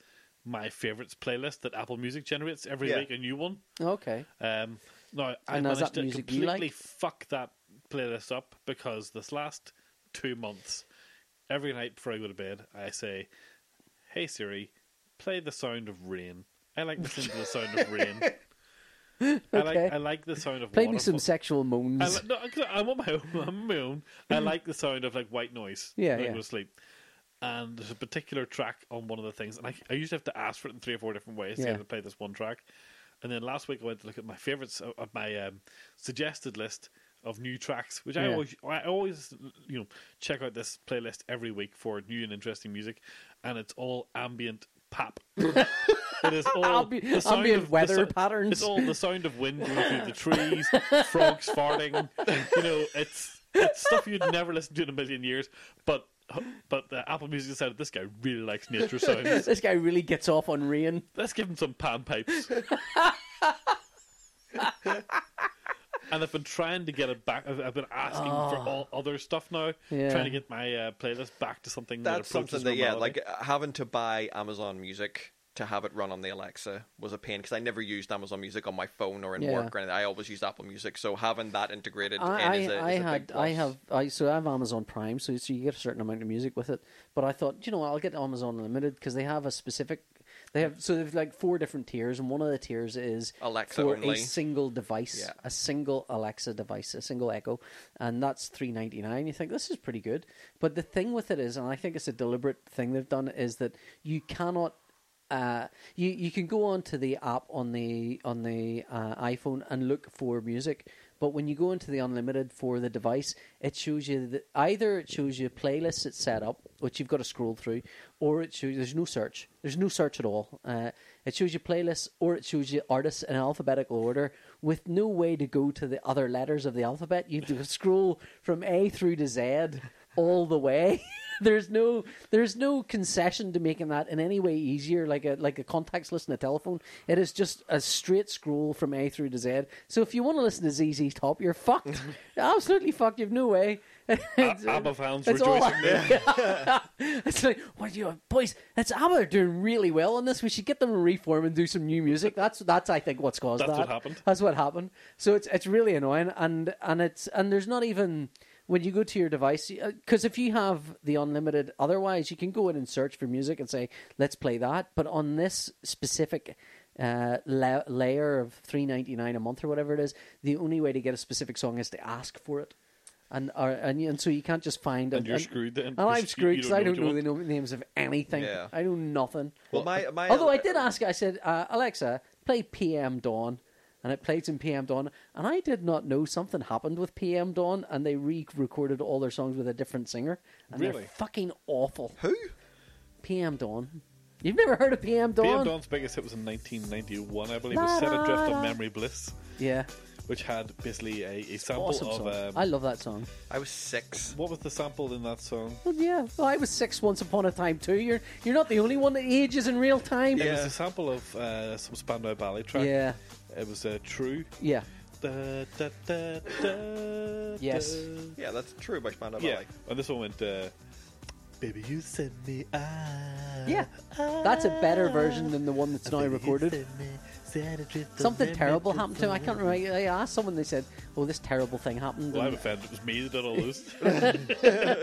[SPEAKER 2] my favorites playlist that Apple Music generates every
[SPEAKER 3] Yeah.
[SPEAKER 2] week, a new one.
[SPEAKER 1] okay.
[SPEAKER 2] Um, no, I
[SPEAKER 1] And is
[SPEAKER 2] managed
[SPEAKER 1] that
[SPEAKER 2] to
[SPEAKER 1] music you
[SPEAKER 2] completely
[SPEAKER 1] like?
[SPEAKER 2] fuck that playlist up because this last two months, every night before I go to bed, I say, "Hey Siri, play the sound of rain." I like listening to the sound of rain. I like
[SPEAKER 1] Okay.
[SPEAKER 2] I like the sound of
[SPEAKER 1] Play me
[SPEAKER 2] waterfall-
[SPEAKER 1] some sexual moans.
[SPEAKER 2] I li- no, 'cause I'm on my own. I'm on my own. I like the sound of like white noise.
[SPEAKER 1] Mm-hmm. Yeah,
[SPEAKER 2] when I
[SPEAKER 1] yeah.
[SPEAKER 2] go to sleep. And there's a particular track on one of the things, and I, I used to have to ask for it in three or four different ways to
[SPEAKER 1] Yeah.
[SPEAKER 2] get it to play this one track. And then last week I went to look at my favorites of of my um, suggested list of new tracks, which I
[SPEAKER 1] Yeah.
[SPEAKER 2] always I always you know check out this playlist every week for new and interesting music, and it's all ambient pop. It is all
[SPEAKER 1] Ambi-
[SPEAKER 2] the sound
[SPEAKER 1] ambient
[SPEAKER 2] of- the
[SPEAKER 1] weather
[SPEAKER 2] sou-
[SPEAKER 1] patterns.
[SPEAKER 2] It's all the sound of wind blowing through the trees, frogs farting. You know, it's it's stuff you'd never listen to in a million years. But but uh, Apple Music decided this guy really likes nature sounds.
[SPEAKER 1] this guy really gets off on rain.
[SPEAKER 2] Let's give him some pan pipes. and I've been trying to get it back. I've, I've been asking for all other stuff now,
[SPEAKER 1] Oh. Yeah.
[SPEAKER 2] trying to get my uh, playlist back to something
[SPEAKER 3] that's
[SPEAKER 2] that approaches
[SPEAKER 3] something that yeah,
[SPEAKER 2] normality.
[SPEAKER 3] like uh, having to buy Amazon Music to have it run on the Alexa was a pain because I never used Amazon Music on my phone or in
[SPEAKER 1] Yeah.
[SPEAKER 3] work or anything. I always used Apple Music, so having that integrated
[SPEAKER 1] I,
[SPEAKER 3] in is a, is
[SPEAKER 1] I, I
[SPEAKER 3] a big
[SPEAKER 1] had, I
[SPEAKER 3] plus.
[SPEAKER 1] have, I so I have Amazon Prime, so so you get a certain amount of music with it. But I thought, you know, what, I'll get Amazon Unlimited because they have a specific, they have so they've like four different tiers, and one of the tiers is
[SPEAKER 3] Alexa
[SPEAKER 1] for a
[SPEAKER 3] only.
[SPEAKER 1] single device,
[SPEAKER 3] Yeah.
[SPEAKER 1] a single Alexa device, a single Echo, and that's three ninety nine. You think this is pretty good, but the thing with it is, and I think it's a deliberate thing they've done, is that you cannot. Uh, you you can go onto the app on the on the uh, iPhone and look for music, but when you go into the unlimited for the device, it shows you that either it shows you playlists it's set up, which you've got to scroll through, or it shows there's no search, there's no search at all. Uh, it shows you playlists, or it shows you artists in alphabetical order, with no way to go to the other letters of the alphabet. You have to scroll from A through to Z all the way. there's no there's no concession to making that in any way easier like a like a contacts list in a telephone it is just a straight scroll from a through to z so if you want to listen to zz top you're fucked absolutely fucked you've no way It's-
[SPEAKER 2] ABBA fans
[SPEAKER 1] it's all-
[SPEAKER 2] rejoicing.
[SPEAKER 1] it's like what do you boys it's ABBA are doing really well on this we should get them to reform and do some new music that's that's i think what's caused
[SPEAKER 2] That's
[SPEAKER 1] that
[SPEAKER 2] what happened.
[SPEAKER 1] that's what happened. So it's it's really annoying, and and it's and there's not even when you go to your device because if you have the unlimited, otherwise you can go in and search for music and say let's play that. But on this specific uh, la- layer of three ninety nine a month or whatever it is, the only way to get a specific song is to ask for it. And, or, and you- and so you can't just find
[SPEAKER 2] And you're screwed then,
[SPEAKER 1] and
[SPEAKER 2] because
[SPEAKER 1] I'm
[SPEAKER 2] you-
[SPEAKER 1] screwed
[SPEAKER 2] you
[SPEAKER 1] because
[SPEAKER 2] don't
[SPEAKER 1] I
[SPEAKER 2] know
[SPEAKER 1] don't
[SPEAKER 2] what you
[SPEAKER 1] know the no- names of anything.
[SPEAKER 3] Yeah.
[SPEAKER 1] I know nothing.
[SPEAKER 3] Well, my, my
[SPEAKER 1] Although I did ask, I said, uh, Alexa, play PM Dawn. And it played some PM Dawn. And I did not know something happened with PM Dawn. And they re recorded all their songs with a different singer. And
[SPEAKER 2] Really?
[SPEAKER 1] they're fucking awful.
[SPEAKER 3] who
[SPEAKER 1] PM Dawn. You've never heard of PM Dawn?
[SPEAKER 2] PM Dawn's biggest hit was in 1991, I believe. It was Set Adrift on Memory Bliss,
[SPEAKER 1] Yeah,
[SPEAKER 2] which had basically a, a sample
[SPEAKER 1] awesome
[SPEAKER 2] of.
[SPEAKER 1] song.
[SPEAKER 2] Um,
[SPEAKER 1] I love that song.
[SPEAKER 3] I was six.
[SPEAKER 2] What was the sample in that song?
[SPEAKER 1] Well, yeah, well, I was six once upon a time too. You're you're not the only one that ages in real time.
[SPEAKER 2] It was
[SPEAKER 3] Yeah.
[SPEAKER 2] a sample of uh, some Spandau Ballet track.
[SPEAKER 1] yeah,
[SPEAKER 2] It was uh, True.
[SPEAKER 1] yeah.
[SPEAKER 2] Da, da, da, da,
[SPEAKER 1] Yes.
[SPEAKER 2] da.
[SPEAKER 3] Yeah, that's true by Spandau
[SPEAKER 2] Yeah.
[SPEAKER 3] Ballet.
[SPEAKER 2] And this one went, uh, Baby, you send me out.
[SPEAKER 1] Yeah. That's a better version than the one that's now
[SPEAKER 2] Baby, you
[SPEAKER 1] recorded.
[SPEAKER 2] send me, send a drift of
[SPEAKER 1] Something
[SPEAKER 2] memory
[SPEAKER 1] terrible
[SPEAKER 2] to
[SPEAKER 1] happened to him. I can't
[SPEAKER 2] someone.
[SPEAKER 1] remember. I asked someone, they said, "Oh, this terrible thing happened."
[SPEAKER 2] Well, I'm
[SPEAKER 1] and-
[SPEAKER 2] offended. It was me that did all this.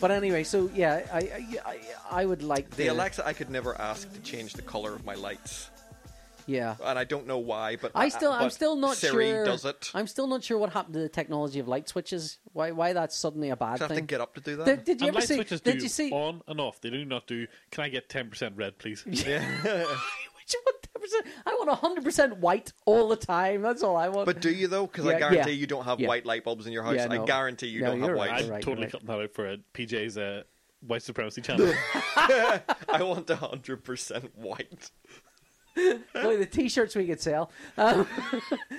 [SPEAKER 1] but anyway, so yeah, I I, I, I would like
[SPEAKER 3] The
[SPEAKER 1] to-
[SPEAKER 3] Alexa, I could never ask to change the color of my lights,
[SPEAKER 1] Yeah,
[SPEAKER 3] and I don't know why. But
[SPEAKER 1] I still, I'm
[SPEAKER 3] but
[SPEAKER 1] still not
[SPEAKER 3] Uh, Siri
[SPEAKER 1] sure.
[SPEAKER 3] does it.
[SPEAKER 1] I'm still not sure what happened to the technology of light switches. Why, why that's suddenly a bad
[SPEAKER 3] I have to
[SPEAKER 1] thing?
[SPEAKER 3] get up to do that.
[SPEAKER 1] Did, did you
[SPEAKER 2] and
[SPEAKER 1] ever
[SPEAKER 2] light
[SPEAKER 1] see?
[SPEAKER 2] switches
[SPEAKER 1] Did
[SPEAKER 2] do
[SPEAKER 1] you see?
[SPEAKER 2] on and off. They do not do, can I get 10% red, please?
[SPEAKER 1] Which one? 10%? I want 100 percent white all the time. That's all I want.
[SPEAKER 3] But do you though? Because
[SPEAKER 1] Yeah,
[SPEAKER 3] I guarantee
[SPEAKER 1] yeah.
[SPEAKER 3] you don't have
[SPEAKER 1] Yeah.
[SPEAKER 3] white light bulbs in your house.
[SPEAKER 1] Yeah, no.
[SPEAKER 3] I guarantee you
[SPEAKER 1] No,
[SPEAKER 3] don't
[SPEAKER 1] you're
[SPEAKER 3] have
[SPEAKER 1] right.
[SPEAKER 3] white.
[SPEAKER 2] I'm
[SPEAKER 1] right,
[SPEAKER 2] totally
[SPEAKER 1] right.
[SPEAKER 2] cutting that out for a PJ's uh, white supremacy channel.
[SPEAKER 3] I want hundred percent white.
[SPEAKER 1] Boy, the T-shirts we could sell. Um,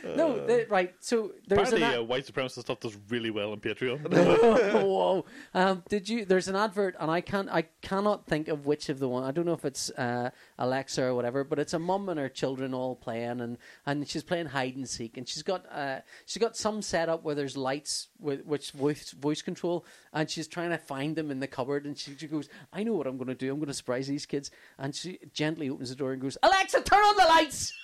[SPEAKER 3] Uh,
[SPEAKER 1] no, the, right. So there's
[SPEAKER 2] Apparently, uh,
[SPEAKER 1] an.
[SPEAKER 2] white supremacist stuff does really well on Patreon.
[SPEAKER 1] ad- Whoa. Um, did you? There's an advert, and I can't. I cannot think of which of the one. I don't know if it's uh, Alexa or whatever, but it's a mum and her children all playing, and, and she's playing hide and seek, and she's got uh, she's got some setup where there's lights with which voice voice control, and she's trying to find them in the cupboard, and she, she goes, "I know what I'm going to do. I'm going to surprise these kids," and she gently opens the door and goes, "Alexa, turn on the lights."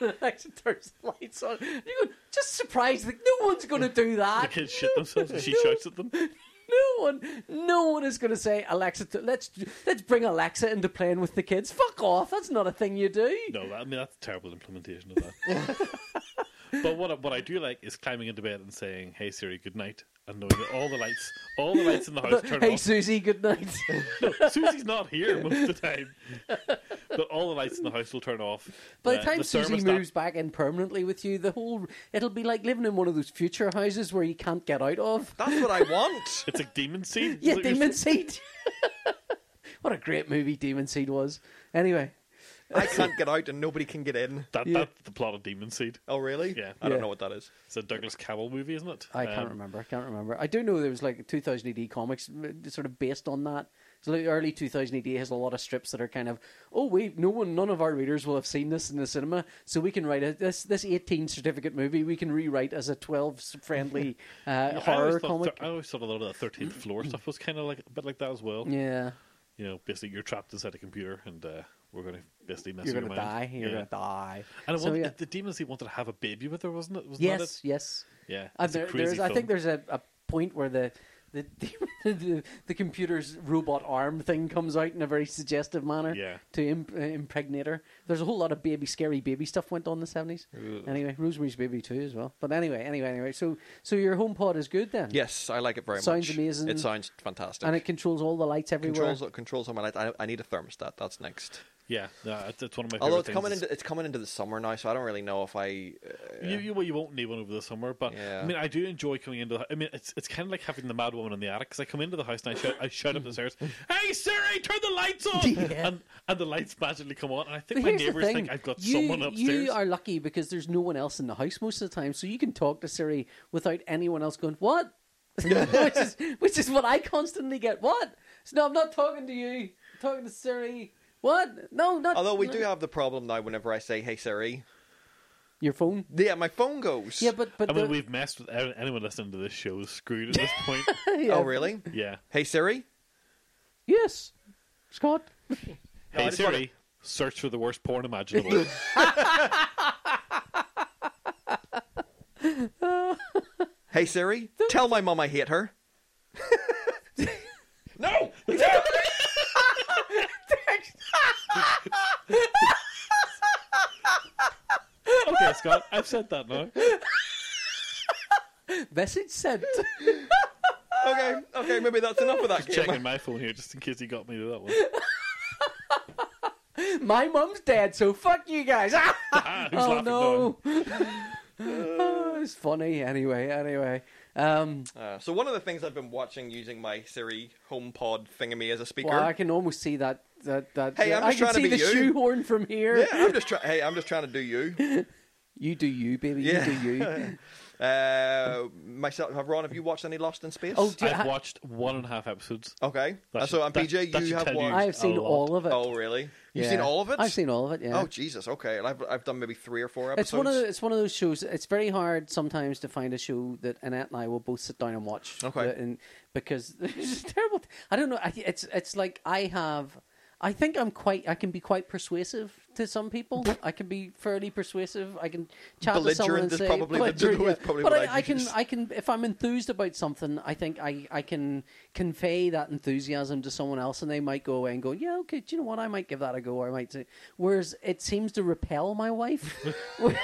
[SPEAKER 1] Alexa turns the lights on. You go, just surprised that no one's going to do
[SPEAKER 2] the
[SPEAKER 1] that.
[SPEAKER 2] kids shit themselves and she shouts at them.
[SPEAKER 1] No one, no one is going to say Alexa. To, let's let's bring Alexa into playing with the kids. Fuck off. That's not a thing you do.
[SPEAKER 2] No, that, I mean that's a terrible implementation of that. but what I- what I do like is climbing into bed and saying, "Hey Siri, good night," and knowing that all the lights, all the lights in the house turn
[SPEAKER 1] hey
[SPEAKER 2] off.
[SPEAKER 1] Susie, good night.
[SPEAKER 2] No, Susie's not here most of the time. But all the lights in the house will turn off.
[SPEAKER 1] By the
[SPEAKER 2] Uh,
[SPEAKER 1] time Susie
[SPEAKER 2] thermostat-
[SPEAKER 1] moves back in permanently with you, the whole it'll be like living in one of those future houses where you can't get out of.
[SPEAKER 3] That's what I want.
[SPEAKER 2] it's like demon seed. Is
[SPEAKER 1] Yeah,
[SPEAKER 2] that your-
[SPEAKER 1] Demon Seed. what a great movie Demon Seed was. Anyway,
[SPEAKER 3] I can't get out, and nobody can get in.
[SPEAKER 2] That,
[SPEAKER 1] Yeah.
[SPEAKER 2] That's the plot of Demon Seed.
[SPEAKER 3] Oh really?
[SPEAKER 2] Yeah.
[SPEAKER 3] I don't
[SPEAKER 1] Yeah.
[SPEAKER 3] know what that is.
[SPEAKER 2] It's a Douglas Cowell movie, isn't it?
[SPEAKER 1] I can't
[SPEAKER 2] Um,
[SPEAKER 1] remember. I can't remember. I do know there was like 2000 AD comics uh, sort of based on that. So like early 2000 AD has a lot of strips that are kind of, oh we no one, none of our readers will have seen this in the cinema, so we can write a, this this 18 certificate movie we can rewrite as a 12 friendly uh,
[SPEAKER 2] I
[SPEAKER 1] horror
[SPEAKER 2] always thought-
[SPEAKER 1] comic.
[SPEAKER 2] I always thought a lot of the Thirteenth Floor stuff was kind of like a bit like that as well.
[SPEAKER 1] yeah,
[SPEAKER 2] You know, basically you're trapped inside a computer, and uh, we're going to basically mess
[SPEAKER 1] you're
[SPEAKER 2] with
[SPEAKER 1] gonna
[SPEAKER 2] your mind.
[SPEAKER 1] die. You're
[SPEAKER 2] Yeah.
[SPEAKER 1] gonna die.
[SPEAKER 2] And it
[SPEAKER 1] So,
[SPEAKER 2] wanted,
[SPEAKER 1] yeah.
[SPEAKER 2] the demon seed wanted to have a baby with her, wasn't it? Wasn't that
[SPEAKER 1] Yes,
[SPEAKER 2] it?
[SPEAKER 1] yes.
[SPEAKER 2] Yeah.
[SPEAKER 1] Uh,
[SPEAKER 2] it's a
[SPEAKER 1] there-
[SPEAKER 2] crazy
[SPEAKER 1] there's, I think
[SPEAKER 2] film.
[SPEAKER 1] there's a, a point where the the, the the computer's robot arm thing comes out in a very suggestive manner
[SPEAKER 2] Yeah.
[SPEAKER 1] to imp- uh, impregnate her. There's a whole lot of baby, scary baby stuff went on in the seventies. Anyway, Rosemary's Baby too as well. But anyway, anyway, anyway. So so your home pod is good then.
[SPEAKER 3] Yes, I like it very much.
[SPEAKER 1] Sounds amazing.
[SPEAKER 3] It sounds fantastic.
[SPEAKER 1] And it controls all the lights everywhere.
[SPEAKER 3] controls controls on my lights. I, I need a thermostat. That's next.
[SPEAKER 2] Yeah, no, it's, it's one of my.
[SPEAKER 3] Although
[SPEAKER 2] favorite
[SPEAKER 3] it's coming
[SPEAKER 2] things.
[SPEAKER 3] into it's coming into the summer now, so I don't really know if I. Uh,
[SPEAKER 2] You, you, well, you won't need one over the summer, but
[SPEAKER 3] Yeah.
[SPEAKER 2] I mean, I do enjoy coming into. The, I mean, it's it's kind of like having the mad woman in the attic. Because I come into the house and I shout, I shout up the stairs, "Hey, Siri, turn the lights on!"
[SPEAKER 1] Yeah.
[SPEAKER 2] and and the lights magically come on. And I think
[SPEAKER 1] But
[SPEAKER 2] my
[SPEAKER 1] here's the
[SPEAKER 2] neighbors
[SPEAKER 1] thing.
[SPEAKER 2] think I've got
[SPEAKER 1] you,
[SPEAKER 2] someone upstairs.
[SPEAKER 1] You are lucky because there's no one else in the house most of the time, so you can talk to Siri without anyone else going, What? which, is, which is what I constantly get. What? So, no, I'm not talking to you. I'm talking to Siri. What? No, not.
[SPEAKER 3] although we
[SPEAKER 1] no.
[SPEAKER 3] do have the problem now. Whenever I say "Hey Siri,"
[SPEAKER 1] Your phone?
[SPEAKER 3] yeah, my phone goes.
[SPEAKER 1] Yeah, but. but
[SPEAKER 2] I mean,
[SPEAKER 1] the-
[SPEAKER 2] we've messed with anyone listening to this show is screwed at this point.
[SPEAKER 1] yeah.
[SPEAKER 3] Oh really?
[SPEAKER 2] yeah.
[SPEAKER 3] Hey Siri.
[SPEAKER 1] Yes. Scott?
[SPEAKER 2] Hey
[SPEAKER 3] I just
[SPEAKER 2] Siri,
[SPEAKER 3] wanna-
[SPEAKER 2] search for the worst porn imaginable.
[SPEAKER 3] Hey Siri. Tell my mom I hate her. no.
[SPEAKER 2] okay, Scott, I've said that now.
[SPEAKER 1] Message sent.
[SPEAKER 3] Okay. Okay. Maybe that's enough of that. game.
[SPEAKER 2] Checking my phone here just in case he got me with that one.
[SPEAKER 1] My mum's dead, so fuck you guys.
[SPEAKER 2] Ah, who's
[SPEAKER 1] oh
[SPEAKER 2] laughing now?
[SPEAKER 1] no! Oh, it's funny. Anyway, anyway. Um,
[SPEAKER 3] Uh, so one of the things I've been watching using my Siri HomePod thingamy as a speaker.
[SPEAKER 1] well, I can almost see that. That, that
[SPEAKER 3] Hey, I'm
[SPEAKER 1] I
[SPEAKER 3] just
[SPEAKER 1] can
[SPEAKER 3] trying to
[SPEAKER 1] see
[SPEAKER 3] be
[SPEAKER 1] the
[SPEAKER 3] you.
[SPEAKER 1] shoehorn from here.
[SPEAKER 3] yeah, I'm just trying. Hey, I'm just trying to do you.
[SPEAKER 1] You do you, baby.
[SPEAKER 3] Yeah.
[SPEAKER 1] You do you.
[SPEAKER 3] Uh, myself, Ron, have you watched any Lost in Space?
[SPEAKER 1] Oh, do you-
[SPEAKER 2] I've
[SPEAKER 1] I-
[SPEAKER 2] watched one and a half episodes.
[SPEAKER 3] okay. Uh,
[SPEAKER 2] That
[SPEAKER 3] so,
[SPEAKER 2] should-
[SPEAKER 3] um,
[SPEAKER 2] that-
[SPEAKER 3] PJ,
[SPEAKER 2] that
[SPEAKER 3] you
[SPEAKER 2] should
[SPEAKER 3] have
[SPEAKER 2] tell you.
[SPEAKER 3] watched.
[SPEAKER 1] I have seen
[SPEAKER 2] a lot.
[SPEAKER 1] all of it.
[SPEAKER 3] Oh, really? You've seen
[SPEAKER 1] Yeah.
[SPEAKER 3] all of it?
[SPEAKER 1] I've seen all of it. Yeah.
[SPEAKER 3] Oh, Jesus. Okay, I've I've done maybe three or four episodes.
[SPEAKER 1] It's one of the, it's one of those shows. It's very hard sometimes to find a show that Annette and I will both sit down and watch.
[SPEAKER 3] Okay.
[SPEAKER 1] That- and because it's terrible. I don't know. I, it's it's like I have. I think I'm quite. I can be quite persuasive to some people. I can be fairly persuasive. I can chat to someone
[SPEAKER 3] Belligerent
[SPEAKER 1] and
[SPEAKER 3] is
[SPEAKER 1] say.
[SPEAKER 3] probably the-
[SPEAKER 1] belligerent,
[SPEAKER 3] is probably
[SPEAKER 1] but
[SPEAKER 3] what
[SPEAKER 1] I,
[SPEAKER 3] I'd
[SPEAKER 1] I can.
[SPEAKER 3] use.
[SPEAKER 1] I can. If I'm enthused about something, I think I I can convey that enthusiasm to someone else, and they might go away and go, "Yeah, okay. Do you know what? I might give that a go." Or I might say. Whereas it seems to repel my wife.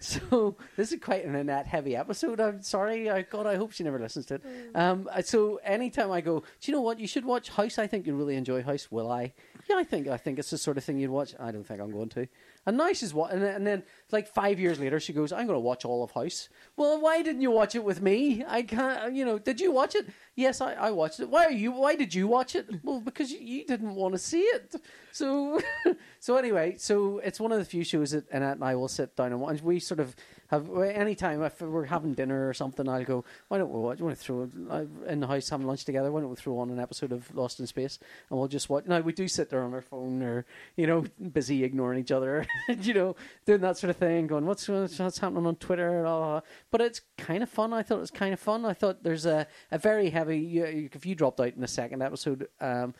[SPEAKER 1] So this is quite an Annette heavy episode. I'm sorry. I, God, I hope she never listens to it.
[SPEAKER 3] Mm.
[SPEAKER 1] Um, uh, so anytime I go, do you know what? You should watch House. I think you'll really enjoy House. Will I? Yeah, I think I think it's the sort of thing you'd watch. I don't think I'm going to. And now she's what, and, then- and then like five years later, she goes, "I'm going to watch all of House." Well, why didn't you watch it with me? I can't. You know, did you watch it? Yes, I, I watched it. Why are you? Why did you watch it? Well, because you, you didn't want to see it. So, so anyway, so it's one of the few shows that Annette and I will sit down and watch. We sort of have anytime if we're having dinner or something, I'll go. Why don't we watch? Want to throw uh, in the house having lunch together? Why don't we throw on an episode of Lost in Space and we'll just watch? Now we do sit there on our phone or you know busy ignoring each other, you know doing that sort of thing, going what's what's what's happening on Twitter and all. that. But it's kind of fun. I thought it was kind of fun. I thought there's a a very heavy. You, if you dropped out in the second episode. Um,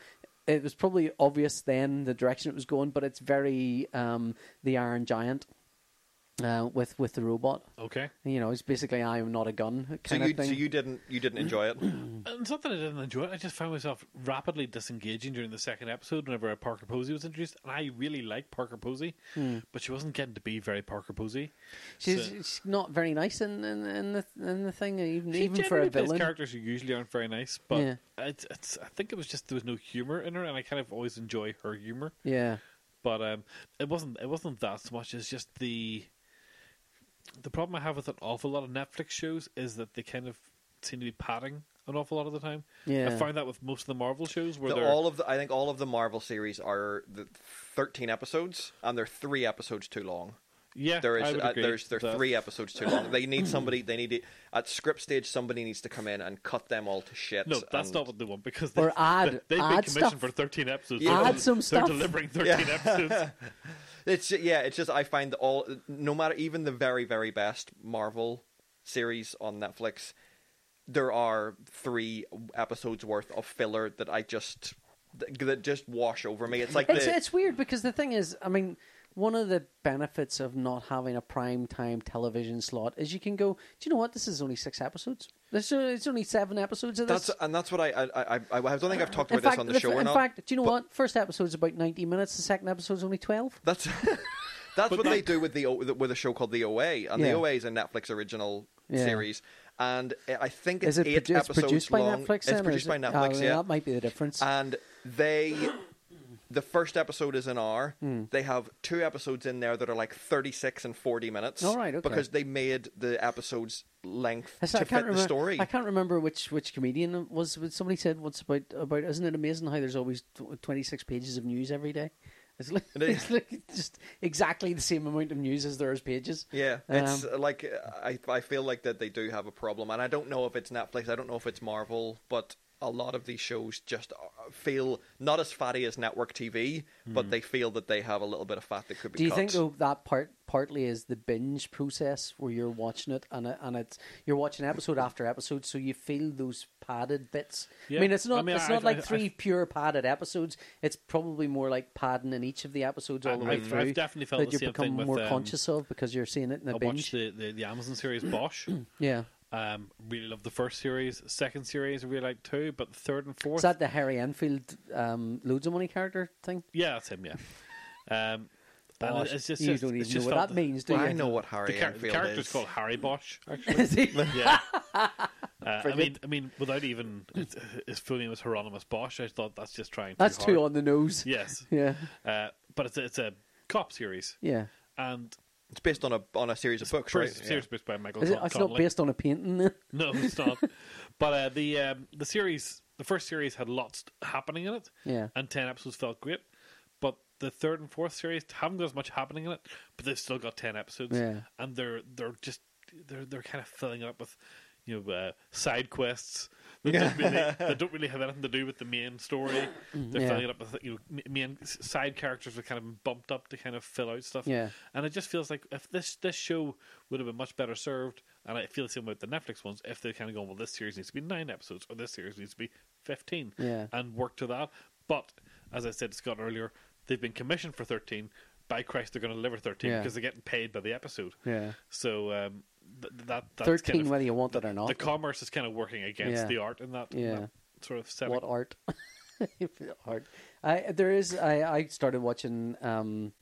[SPEAKER 1] it was probably obvious then the direction it was going, but it's very um, the Iron Giant uh, with with the robot.
[SPEAKER 2] Okay.
[SPEAKER 1] You know, it's basically I am not a gun
[SPEAKER 3] so
[SPEAKER 1] kind
[SPEAKER 3] you
[SPEAKER 1] of thing.
[SPEAKER 3] so you didn't you didn't enjoy it.
[SPEAKER 2] And it's not that I didn't enjoy it. I just found myself rapidly disengaging during the second episode whenever Parker Posey was introduced. And I really liked Parker Posey,
[SPEAKER 1] Hmm.
[SPEAKER 2] but she wasn't getting to be very Parker Posey.
[SPEAKER 1] she's,
[SPEAKER 2] so-
[SPEAKER 1] she's not very nice in, in, in the in the thing, even
[SPEAKER 2] She
[SPEAKER 1] even for a
[SPEAKER 2] generally plays
[SPEAKER 1] villain.
[SPEAKER 2] characters who usually aren't very nice, but
[SPEAKER 1] Yeah.
[SPEAKER 2] it's, it's, I think it was just there was no humor in her, and I kind of always enjoy her humor.
[SPEAKER 1] Yeah,
[SPEAKER 2] But um, it wasn't it wasn't that so much as just the the problem I have with an awful lot of Netflix shows is that they kind of seem to be padding an awful lot of the time.
[SPEAKER 1] Yeah.
[SPEAKER 2] I find that with most of the Marvel shows where
[SPEAKER 3] The-
[SPEAKER 2] they're
[SPEAKER 3] all of the, I think all of the Marvel series are the 13 episodes, and they're three episodes too long.
[SPEAKER 2] yeah
[SPEAKER 3] There is
[SPEAKER 2] I would
[SPEAKER 3] uh,
[SPEAKER 2] agree
[SPEAKER 3] there's there
[SPEAKER 2] with that.
[SPEAKER 3] are three episodes too long. They need somebody. They need it at script stage. Somebody needs to come in and cut them all to shit.
[SPEAKER 2] No, that's
[SPEAKER 3] and-
[SPEAKER 2] not what they want because they,
[SPEAKER 1] Or add-
[SPEAKER 2] they, they've been
[SPEAKER 1] add
[SPEAKER 2] commissioned
[SPEAKER 1] stuff.
[SPEAKER 2] for thirteen episodes.
[SPEAKER 3] Yeah.
[SPEAKER 2] They're-
[SPEAKER 1] Add some
[SPEAKER 2] they're
[SPEAKER 1] stuff.
[SPEAKER 2] delivering thirteen episodes.
[SPEAKER 3] It's yeah. It's just I find that all no matter even the very very best Marvel series on Netflix, there are three episodes worth of filler that I just that just wash over me. It's like
[SPEAKER 1] it's
[SPEAKER 3] the,
[SPEAKER 1] it's weird because the thing is, I mean. One of the benefits of not having a prime time television slot is you can go. Do you know what? This is only six episodes. This is, it's only seven episodes of this.
[SPEAKER 3] that's and that's what I I I, I I don't think I've talked
[SPEAKER 1] in
[SPEAKER 3] about
[SPEAKER 1] fact,
[SPEAKER 3] this on the
[SPEAKER 1] the f-
[SPEAKER 3] show or
[SPEAKER 1] in
[SPEAKER 3] not.
[SPEAKER 1] fact, do you know what? First episode's about ninety minutes. The second episode's only twelve.
[SPEAKER 3] That's that's
[SPEAKER 2] that-
[SPEAKER 3] what they do with the O- with a show called The OA, and
[SPEAKER 1] Yeah.
[SPEAKER 3] The OA is a Netflix original
[SPEAKER 1] Yeah.
[SPEAKER 3] series. And I think
[SPEAKER 1] Is
[SPEAKER 3] it's
[SPEAKER 1] it
[SPEAKER 3] eight
[SPEAKER 1] produ- it's
[SPEAKER 3] episodes
[SPEAKER 1] produced by
[SPEAKER 3] long.
[SPEAKER 1] Netflix? then,
[SPEAKER 3] it's
[SPEAKER 1] or
[SPEAKER 3] produced
[SPEAKER 1] is
[SPEAKER 3] by
[SPEAKER 1] it- oh,
[SPEAKER 3] Netflix,
[SPEAKER 1] well,
[SPEAKER 3] yeah.
[SPEAKER 1] That might be the difference.
[SPEAKER 3] And they, the first episode is an hour.
[SPEAKER 1] Hmm.
[SPEAKER 3] They have two episodes in there that are like thirty-six and forty minutes.
[SPEAKER 1] All right, okay.
[SPEAKER 3] Because they made the episodes length
[SPEAKER 1] I s-
[SPEAKER 3] to
[SPEAKER 1] I
[SPEAKER 3] fit
[SPEAKER 1] can't
[SPEAKER 3] the
[SPEAKER 1] remember-
[SPEAKER 3] story.
[SPEAKER 1] I can't remember which, which comedian it was, but somebody said once about, about isn't it amazing how there's always tw- 26 pages of news every day? It's like,
[SPEAKER 3] It is.
[SPEAKER 1] it's like just exactly the same amount of news as there is pages.
[SPEAKER 3] Yeah, it's
[SPEAKER 1] Um,
[SPEAKER 3] uh, like I I feel like that they do have a problem, and I don't know if it's Netflix, I don't know if it's Marvel, but a lot of these shows just uh, feel not as fatty as network TV, but they feel that they have a little bit of fat that could be.
[SPEAKER 1] Hmm. Do you
[SPEAKER 3] cut.
[SPEAKER 1] think though that part partly is the binge process where you're watching it and it, and it's you're watching episode after episode, so you feel those padded bits. I
[SPEAKER 2] Yeah.
[SPEAKER 1] mean, it's not
[SPEAKER 2] I mean,
[SPEAKER 1] it's
[SPEAKER 2] I-
[SPEAKER 1] not
[SPEAKER 2] I-
[SPEAKER 1] like
[SPEAKER 2] I-
[SPEAKER 1] three pure padded episodes. It's probably more like padding in each of the episodes all the
[SPEAKER 2] I-
[SPEAKER 1] way
[SPEAKER 2] I've-
[SPEAKER 1] through.
[SPEAKER 2] I've definitely felt
[SPEAKER 1] that
[SPEAKER 2] the
[SPEAKER 1] you
[SPEAKER 2] same
[SPEAKER 1] become
[SPEAKER 2] thing with,
[SPEAKER 1] more
[SPEAKER 2] um,
[SPEAKER 1] conscious of because you're seeing it in a
[SPEAKER 2] I
[SPEAKER 1] binge.
[SPEAKER 2] watched the, the, the Amazon series Bosch.
[SPEAKER 1] yeah,
[SPEAKER 2] Um, really loved the first series, second series I really liked too, but the third and fourth.
[SPEAKER 1] is that the Harry Enfield um, loads of money character thing?
[SPEAKER 2] Yeah, that's him. Yeah. Um, and
[SPEAKER 1] Bosh.
[SPEAKER 2] it's just,
[SPEAKER 1] you
[SPEAKER 2] it's-
[SPEAKER 1] don't
[SPEAKER 2] it's
[SPEAKER 1] even know
[SPEAKER 2] just
[SPEAKER 1] what
[SPEAKER 2] felt
[SPEAKER 1] that means, do
[SPEAKER 3] Well, I
[SPEAKER 1] you?
[SPEAKER 3] know what
[SPEAKER 2] The,
[SPEAKER 3] Harry
[SPEAKER 2] char- the
[SPEAKER 3] Enfield
[SPEAKER 2] character's
[SPEAKER 3] is.
[SPEAKER 2] called Harry Bosch. Actually.
[SPEAKER 1] Is he?
[SPEAKER 2] Yeah. Uh, I mean,
[SPEAKER 1] Brilliant.
[SPEAKER 2] I mean, without even it's- his full name was Hieronymus Bosch. I thought that's just trying.
[SPEAKER 1] That's
[SPEAKER 2] too
[SPEAKER 1] too
[SPEAKER 2] hard.
[SPEAKER 1] on the nose.
[SPEAKER 2] Yes,
[SPEAKER 1] Yeah,
[SPEAKER 2] uh, but it's a, it's a cop series,
[SPEAKER 1] yeah.
[SPEAKER 2] and
[SPEAKER 3] It's based on a on a series of books, right?
[SPEAKER 2] First series book by Michael
[SPEAKER 1] Is it,
[SPEAKER 2] Con-
[SPEAKER 1] it's not
[SPEAKER 2] Connelly.
[SPEAKER 1] based on a painting then?
[SPEAKER 2] No, it's not. but uh, the um, the series, the first series had lots happening in it.
[SPEAKER 1] Yeah.
[SPEAKER 2] And ten episodes felt great, but the third and fourth series haven't got as much happening in it, but they've still got ten episodes.
[SPEAKER 1] Yeah.
[SPEAKER 2] And they're they're just they're they're kind of filling it up with you know uh, side quests. They don't, really, they don't really have anything to do with the main story. They're
[SPEAKER 1] Mm, Yeah.
[SPEAKER 2] filling it up with you know m- main s- side characters are kind of been bumped up to kind of fill out stuff
[SPEAKER 1] Yeah.
[SPEAKER 2] and it just feels like if this this show would have been much better served, and I feel the same way with the Netflix ones, if they kind of gone, well, this series needs to be nine episodes, or this series needs to be fifteen,
[SPEAKER 1] Yeah.
[SPEAKER 2] and work to that. But as I said to Scott earlier, they've been commissioned for thirteen. By Christ, they're going to deliver thirteen
[SPEAKER 1] Yeah.
[SPEAKER 2] because they're getting paid by the episode.
[SPEAKER 1] Yeah.
[SPEAKER 2] So um, th- th- that that's
[SPEAKER 1] Thirteen,
[SPEAKER 2] kind of,
[SPEAKER 1] whether you want it or not.
[SPEAKER 2] the commerce is kind of working against
[SPEAKER 1] Yeah.
[SPEAKER 2] the art in that, in
[SPEAKER 1] Yeah.
[SPEAKER 2] that sort of setting.
[SPEAKER 1] what art? art. I there is. I I started watching um,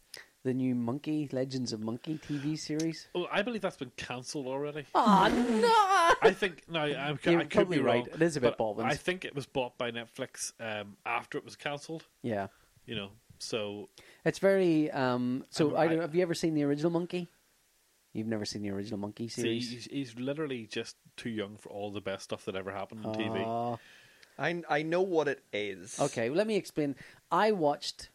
[SPEAKER 1] the new Monkey Legends of Monkey TV series.
[SPEAKER 2] Well, I believe that's been cancelled already.
[SPEAKER 1] Ah no!
[SPEAKER 2] I think no, I'm
[SPEAKER 1] You're
[SPEAKER 2] I could
[SPEAKER 1] probably
[SPEAKER 2] be
[SPEAKER 1] right.
[SPEAKER 2] Wrong,
[SPEAKER 1] It is a bit
[SPEAKER 2] but
[SPEAKER 1] Baldwin's.
[SPEAKER 2] I think it was bought by Netflix um, after it was cancelled.
[SPEAKER 1] Yeah,
[SPEAKER 2] You know, so
[SPEAKER 1] it's very. Um, so
[SPEAKER 2] I-
[SPEAKER 1] I, don't. Have you ever seen the original Monkey? You've never seen the original Monkey
[SPEAKER 2] see,
[SPEAKER 1] series.
[SPEAKER 2] he's, he's literally just too young for all the best stuff that ever happened on TV.
[SPEAKER 1] Ah.
[SPEAKER 3] I I know what it is.
[SPEAKER 1] Okay, well, let me explain. I watched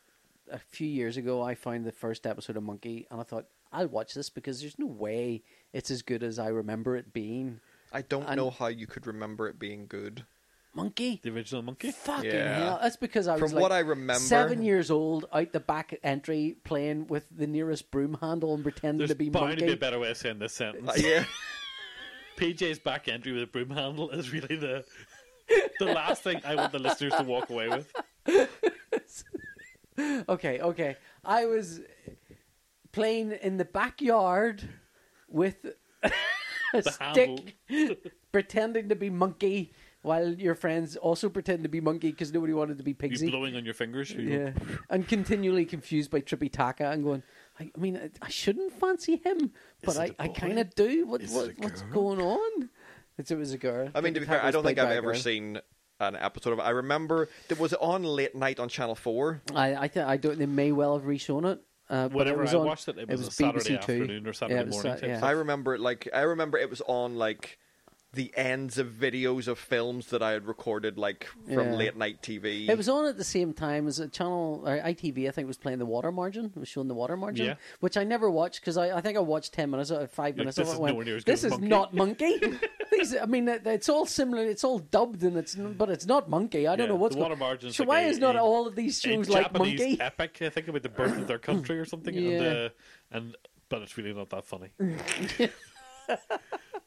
[SPEAKER 1] a few years ago. I found the first episode of Monkey, and I thought I'll watch this because there's no way it's as good as I remember it being.
[SPEAKER 3] I don't
[SPEAKER 1] And-
[SPEAKER 3] know how you could remember it being good.
[SPEAKER 1] Monkey,
[SPEAKER 2] The original monkey.
[SPEAKER 1] fucking
[SPEAKER 3] Yeah.
[SPEAKER 1] hell! That's because I was
[SPEAKER 3] From
[SPEAKER 1] like
[SPEAKER 3] what I remember-
[SPEAKER 1] seven years old, out the back entry playing with the nearest broom handle and pretending
[SPEAKER 2] There's
[SPEAKER 1] to be
[SPEAKER 2] bound to be
[SPEAKER 1] monkey.
[SPEAKER 2] a better way of saying this sentence.
[SPEAKER 3] Uh, yeah.
[SPEAKER 2] PJ's back entry with a broom handle is really the the last thing I want the listeners to walk away with.
[SPEAKER 1] okay, okay. I was playing in the backyard with a
[SPEAKER 2] The handle.
[SPEAKER 1] stick, pretending to be monkey, while your friends also pretend to be monkey because nobody wanted to be
[SPEAKER 2] You
[SPEAKER 1] pigsy.
[SPEAKER 2] blowing on your fingers. you-
[SPEAKER 1] Yeah, and continually confused by Trippy Taka and going. I, I mean, I, I shouldn't fancy him, but
[SPEAKER 2] it
[SPEAKER 1] I,
[SPEAKER 2] a
[SPEAKER 1] I
[SPEAKER 2] boy?
[SPEAKER 1] kind of do. What,
[SPEAKER 2] Is it
[SPEAKER 1] what
[SPEAKER 2] a
[SPEAKER 1] what's
[SPEAKER 2] girl?
[SPEAKER 1] going on? It's, it was a girl.
[SPEAKER 3] I mean, to
[SPEAKER 1] Trippy
[SPEAKER 3] be fair,
[SPEAKER 1] Taka
[SPEAKER 3] I
[SPEAKER 1] was
[SPEAKER 3] don't think
[SPEAKER 1] played by
[SPEAKER 3] I've
[SPEAKER 1] a
[SPEAKER 3] ever
[SPEAKER 1] girl.
[SPEAKER 3] seen an episode of it. I remember that was on late night on Channel Four.
[SPEAKER 1] I I, th- I don't. They may well have reshown it. Uh, but
[SPEAKER 2] Whenever
[SPEAKER 1] it was
[SPEAKER 2] I
[SPEAKER 1] on-
[SPEAKER 2] watched it, it was a Saturday afternoon or Saturday
[SPEAKER 1] it was
[SPEAKER 2] morning
[SPEAKER 1] Sa-
[SPEAKER 2] type
[SPEAKER 1] yeah.
[SPEAKER 3] I remember it like I remember it was on like the ends of videos of films that I had recorded like from
[SPEAKER 1] Yeah.
[SPEAKER 3] late night TV.
[SPEAKER 1] It was on at the same time as a channel or ITV. I think was playing the Water Margin. It was showing the Water Margin,
[SPEAKER 2] Yeah.
[SPEAKER 1] which I never watched because I, I think I watched ten minutes, uh, five
[SPEAKER 2] Like,
[SPEAKER 1] minutes
[SPEAKER 2] this
[SPEAKER 1] of it.
[SPEAKER 2] is
[SPEAKER 1] went,
[SPEAKER 2] nowhere near as good
[SPEAKER 1] this
[SPEAKER 2] as
[SPEAKER 1] is
[SPEAKER 2] Monkey."
[SPEAKER 1] not Monkey. These, I mean, it- it's all similar. It's all dubbed and it's n- but it's not Monkey. I don't
[SPEAKER 2] Yeah,
[SPEAKER 1] know what's
[SPEAKER 2] The Water
[SPEAKER 1] going-
[SPEAKER 2] Margin's
[SPEAKER 1] So
[SPEAKER 2] like
[SPEAKER 1] why
[SPEAKER 2] a-
[SPEAKER 1] is not
[SPEAKER 2] a-
[SPEAKER 1] all of these
[SPEAKER 2] a
[SPEAKER 1] shows like
[SPEAKER 2] Japanese
[SPEAKER 1] Monkey?
[SPEAKER 2] epic, I think, about the birth of their country or something.
[SPEAKER 1] Yeah.
[SPEAKER 2] And, uh, and but it's really not that funny.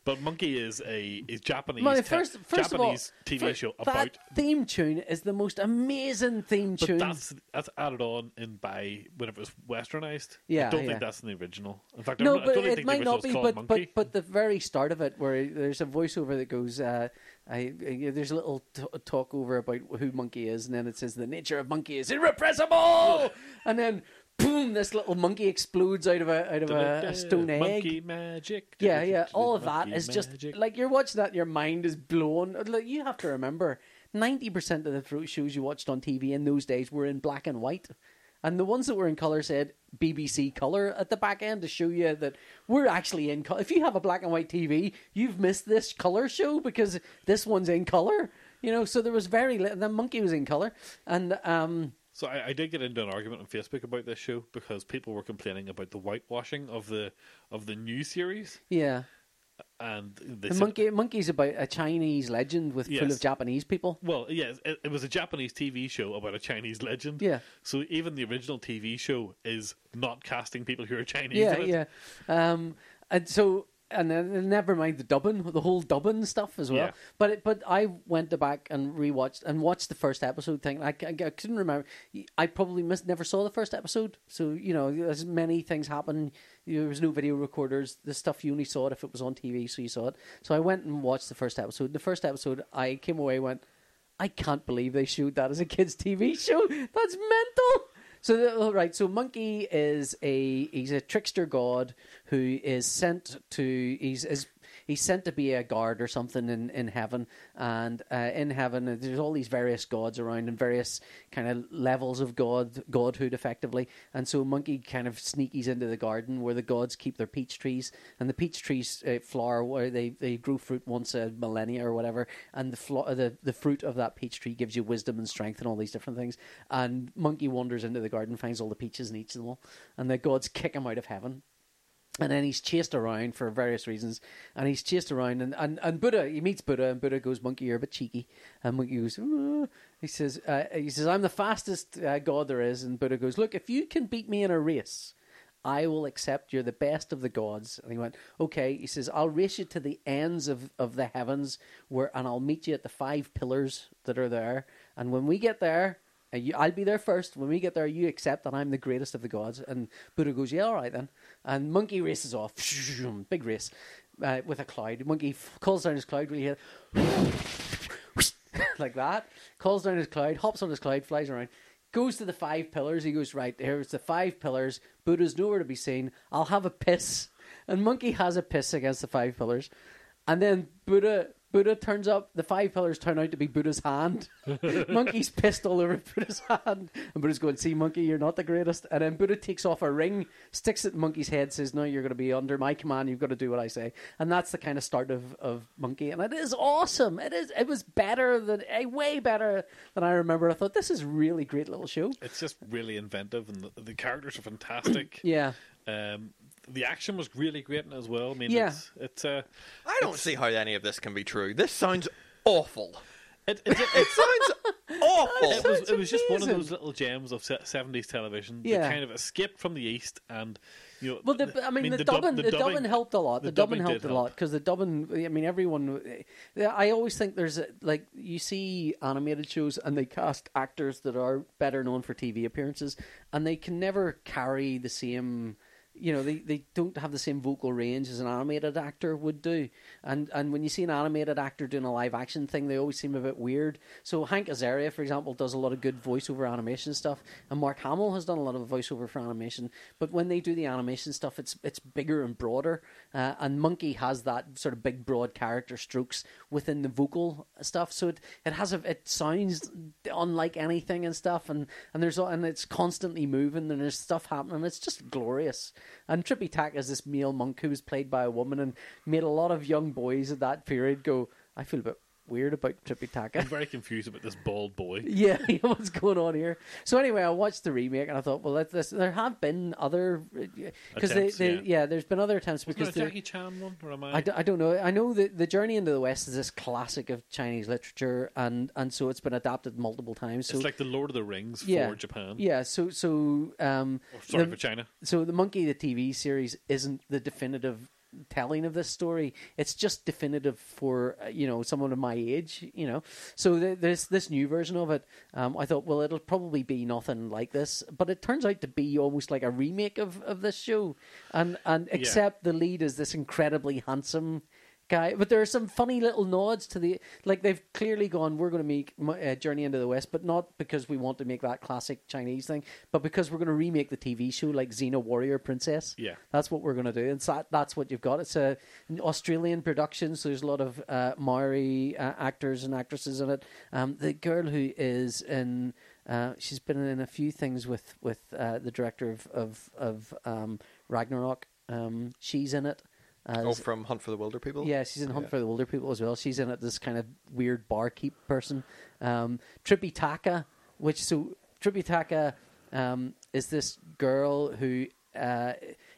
[SPEAKER 2] but Monkey is a is Japanese
[SPEAKER 1] My
[SPEAKER 2] te-
[SPEAKER 1] first, first
[SPEAKER 2] Japanese
[SPEAKER 1] of all,
[SPEAKER 2] TV
[SPEAKER 1] fir-
[SPEAKER 2] show
[SPEAKER 1] that
[SPEAKER 2] about.
[SPEAKER 1] theme tune is the most amazing theme
[SPEAKER 2] But
[SPEAKER 1] tune.
[SPEAKER 2] that's that's added on in by whenever it was westernized. I
[SPEAKER 1] Yeah,
[SPEAKER 2] don't
[SPEAKER 1] yeah.
[SPEAKER 2] think that's in the original. In fact,
[SPEAKER 1] no,
[SPEAKER 2] I don't
[SPEAKER 1] but
[SPEAKER 2] even
[SPEAKER 1] it
[SPEAKER 2] think the
[SPEAKER 1] might
[SPEAKER 2] original
[SPEAKER 1] not
[SPEAKER 2] was
[SPEAKER 1] be.
[SPEAKER 2] called
[SPEAKER 1] But, but
[SPEAKER 2] Monkey.
[SPEAKER 1] but the very start of it, where there's a voiceover that goes, uh, I, I- there's a little t- talk over about who Monkey is, and then it says the nature of Monkey is irrepressible, and then boom, this little monkey explodes out of a out of uh, a, a stone egg.
[SPEAKER 2] Monkey magic.
[SPEAKER 1] Yeah, yeah. All of that
[SPEAKER 2] Monkey
[SPEAKER 1] is just
[SPEAKER 2] magic.
[SPEAKER 1] like you're watching that, your mind is blown. Like, you have to remember, ninety percent of the fro- shows you watched on TV in those days were in black and white, and the ones that were in color said BBC Color at the back end to show you that we're actually in color. If you have a black and white TV, you've missed this color show because this one's in color. You know, so there was very little. The monkey was in color, and um,
[SPEAKER 2] So I, I did get into an argument on Facebook about this show because people were complaining about the whitewashing of the of the new series
[SPEAKER 1] yeah.
[SPEAKER 2] and they
[SPEAKER 1] The
[SPEAKER 2] said-
[SPEAKER 1] monkey, monkey's about a Chinese legend with full
[SPEAKER 2] Yes.
[SPEAKER 1] of Japanese people.
[SPEAKER 2] Well, yes, it, it was a Japanese TV show about a Chinese legend.
[SPEAKER 1] Yeah.
[SPEAKER 2] So even the original TV show is not casting people who are Chinese.
[SPEAKER 1] yeah,
[SPEAKER 2] in it.
[SPEAKER 1] yeah. Um, and so, and then never mind the Dublin, the whole Dublin stuff as well.
[SPEAKER 2] Yeah.
[SPEAKER 1] But it, but I went to back and rewatched and watched the first episode thing. I, c- I couldn't remember. I probably missed, never saw the first episode. So you know, as many things happen, there was no video recorders. The stuff you only saw it if it was on TV, so you saw it. So I went and watched the first episode. The first episode, I came away and went. I can't believe they showed that as a kids' TV show. That's mental. So the, all right, so Monkey is a he's a trickster god who is sent to he's is he's sent to be a guard or something in in heaven, and uh, in heaven uh, there's all these various gods around and various kind of levels of god godhood effectively, and so monkey kind of sneakies into the garden where the gods keep their peach trees, and the peach trees uh, flower where they they grow fruit once a millennia or whatever, and the flo- uh, the the fruit of that peach tree gives you wisdom and strength and all these different things, and monkey wanders into the garden, finds all the peaches and eats them all, and the gods kick him out of heaven and then he's chased around for various reasons, and he's chased around, and, and, and Buddha he meets Buddha, and Buddha goes, "Monkey, you're a bit cheeky," and Monkey goes, "Uh," he says, uh, he says, "I'm the fastest uh, god there is," and Buddha goes, "Look, if you can beat me in a race, I will accept you're the best of the gods." And he went, "Okay," he says, "I'll race you to the ends of, of the heavens, where and I'll meet you at the five pillars that are there, and when we get there." uh, you, I'll be there first. When we get there, you accept that I'm the greatest of the gods. And Buddha goes, Yeah, all right then. And Monkey races off. Big race uh, with a cloud. Monkey f- calls down his cloud, really like that. Calls down his cloud, hops on his cloud, flies around, goes to the five pillars. He goes, Right, here's the five pillars. Buddha's nowhere to be seen. I'll have a piss. And Monkey has a piss against the five pillars. And then Buddha. Buddha turns up. The five pillars turn out to be Buddha's hand. Monkey's pissed all over Buddha's hand, and Buddha's going, "See, Monkey, you're not the greatest." And then Buddha takes off a ring, sticks it in Monkey's head, says, "No, you're going to be under my command. You've got to do what I say." And that's the kind of start of, of Monkey, and it is awesome. It is. It was better than eh, way better than I remember. I thought this is really great little show.
[SPEAKER 2] It's just really inventive, and the, the characters are fantastic.
[SPEAKER 1] Yeah,
[SPEAKER 2] Um, the action was really great in it as well. I mean,
[SPEAKER 1] Yeah.
[SPEAKER 2] it's it's uh,
[SPEAKER 3] I don't see how any of this can be true. This sounds awful.
[SPEAKER 2] it, it's,
[SPEAKER 3] It sounds awful.
[SPEAKER 2] it was
[SPEAKER 1] Sounds
[SPEAKER 2] it was just one of
[SPEAKER 1] amazing.
[SPEAKER 2] those little gems of seventies television.
[SPEAKER 1] Yeah.
[SPEAKER 2] that kind of escaped from the east, and you know,
[SPEAKER 1] Well, the, I mean, the,
[SPEAKER 2] dub-
[SPEAKER 1] dubbing, the, dubbing, helped a lot. The,
[SPEAKER 2] the
[SPEAKER 1] dubbing,
[SPEAKER 2] dubbing
[SPEAKER 1] helped a
[SPEAKER 2] did
[SPEAKER 1] lot
[SPEAKER 2] help.
[SPEAKER 1] because the dubbing. I mean, everyone. yeah, I always think there's a, like you see animated shows and they cast actors that are better known for TV appearances, and they can never carry the same. You know, they, they don't have the same vocal range as an animated actor would do, and and when you see an animated actor doing a live action thing, they always seem a bit weird. So Hank Azaria, for example, does a lot of good voiceover animation stuff, and Mark Hamill has done a lot of voiceover for animation. But when they do the animation stuff, it's it's bigger and broader, uh, and Monkey has that sort of big, broad character strokes within the vocal stuff. So it, it has a it sounds unlike anything and stuff, and and there's all- and it's constantly moving and there's stuff happening. It's just glorious. And Trippy Tack is this male monk who was played by a woman and made a lot of young boys at that period go. I feel a bit weird about Trippy Taka.
[SPEAKER 2] I'm very confused about this bald boy.
[SPEAKER 1] Yeah, yeah, what's going on here? So anyway, I watched the remake and I thought, well, let's, let's, there have been other because they,
[SPEAKER 2] Attempts,
[SPEAKER 1] they yeah.
[SPEAKER 2] yeah.
[SPEAKER 1] there's been other attempts
[SPEAKER 2] Because
[SPEAKER 1] because they're-
[SPEAKER 2] Jackie Chan one, or am I?
[SPEAKER 1] I, d- I don't know. I know that the Journey into the West is this classic of Chinese literature, and, and so it's been adapted multiple times. So
[SPEAKER 2] it's like the Lord of the Rings for Japan.
[SPEAKER 1] yeah. So so um,
[SPEAKER 2] Or, sorry,
[SPEAKER 1] the-
[SPEAKER 2] for China.
[SPEAKER 1] so the Monkey the TV series isn't the definitive telling of this story. It's just definitive for uh, you know someone of my age. You know, so th- this this new version of it, um, I thought, well, it'll probably be nothing like this, but it turns out to be almost like a remake of, of this show, and and except the lead is this incredibly handsome. Guy, but there are some funny little nods to the like they've clearly gone. We're going to make Mo- uh, Journey into the West, but not because we want to make that classic Chinese thing, but because we're going to remake the TV show like Xena Warrior Princess.
[SPEAKER 2] Yeah.
[SPEAKER 1] That's what we're going to do, and so that's what you've got. It's a an Australian production, so there's a lot of uh, Maori uh, actors and actresses in it. Um, the girl who is in, uh, she's been in a few things with with uh, the director of of, of um, Ragnarok. Um, she's in it. As,
[SPEAKER 3] Oh, from Hunt for the Wilder People.
[SPEAKER 1] yeah, she's in Hunt
[SPEAKER 3] Yeah.
[SPEAKER 1] for the Wilder People as well. She's in it, this kind of weird barkeep person. Um, Trippy Taka, which, so Trippy Taka um, is this girl who uh,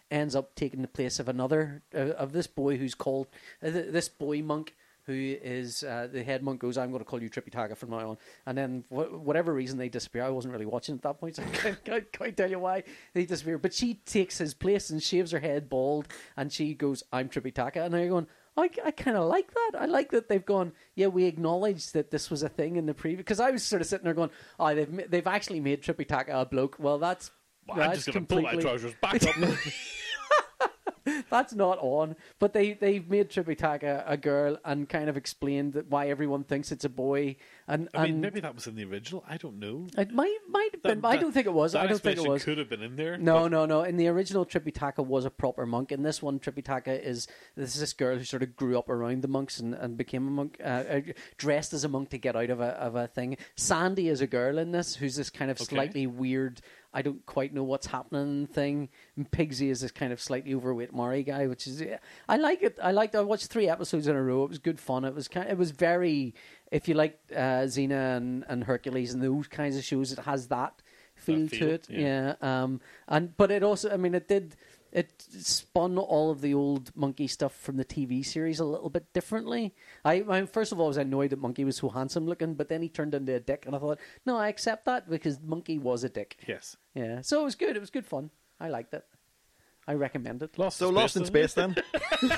[SPEAKER 1] ends up taking the place of another, uh, of this boy who's called, uh, th- this boy monk who is uh, the head monk goes, I'm going to call you Trippy Taka from now on. And then, wh- whatever reason, they disappear. I wasn't really watching at that point, so I can't, can't quite tell you why they disappear. But she takes his place and shaves her head bald, and she goes, I'm Trippy Taka. And they're going, I, I kind of like that. I like that they've gone, yeah, we acknowledge that this was a thing in the previous. Because I was sort of sitting there going, oh, they've, ma- they've actually made Trippy Taka a bloke. Well, that's.
[SPEAKER 2] Well,
[SPEAKER 1] that's
[SPEAKER 2] I'm just going to pull my
[SPEAKER 1] completely...
[SPEAKER 2] trousers back up.
[SPEAKER 1] that's not on. But they they made Tributag a, a girl and kind of explained that why everyone thinks it's a boy. And
[SPEAKER 2] I mean,
[SPEAKER 1] and
[SPEAKER 2] maybe that was in the original. I don't know.
[SPEAKER 1] it might might have been.
[SPEAKER 2] That-
[SPEAKER 1] I don't think it was.
[SPEAKER 2] that
[SPEAKER 1] I don't think it
[SPEAKER 2] explanation
[SPEAKER 1] was.
[SPEAKER 2] Could have been in there.
[SPEAKER 1] No,
[SPEAKER 2] but
[SPEAKER 1] no, no. In the original, Tripitaka was a proper monk. In this one, Tripitaka is this is this girl who sort of grew up around the monks and, and became a monk, uh, uh, dressed as a monk to get out of a of a thing. Sandy is a girl in this who's this kind of
[SPEAKER 2] Okay.
[SPEAKER 1] slightly weird. I don't quite know what's happening thing. And Pigsy is this kind of slightly overweight Maori guy, which is yeah, I like it. I liked. I watched three episodes in a row. It was good fun. It was kind. It was very. If you like uh, Xena and, and Hercules and those kinds of shows, it has that feel,
[SPEAKER 2] feel,
[SPEAKER 1] to it.
[SPEAKER 2] yeah.
[SPEAKER 1] yeah. Yeah, um, and but it also, I mean, it did it spun all of the old monkey stuff from the TV series a little bit differently. I, I first of all I was annoyed that Monkey was so handsome looking, but then he turned into a dick, and I thought, no, I accept that because Monkey was a dick.
[SPEAKER 2] Yes.
[SPEAKER 1] Yeah, so it was good. It was good fun. I liked it. I recommend it.
[SPEAKER 2] Lost
[SPEAKER 3] So
[SPEAKER 2] in
[SPEAKER 3] Lost in
[SPEAKER 2] isn't it?
[SPEAKER 3] Space then?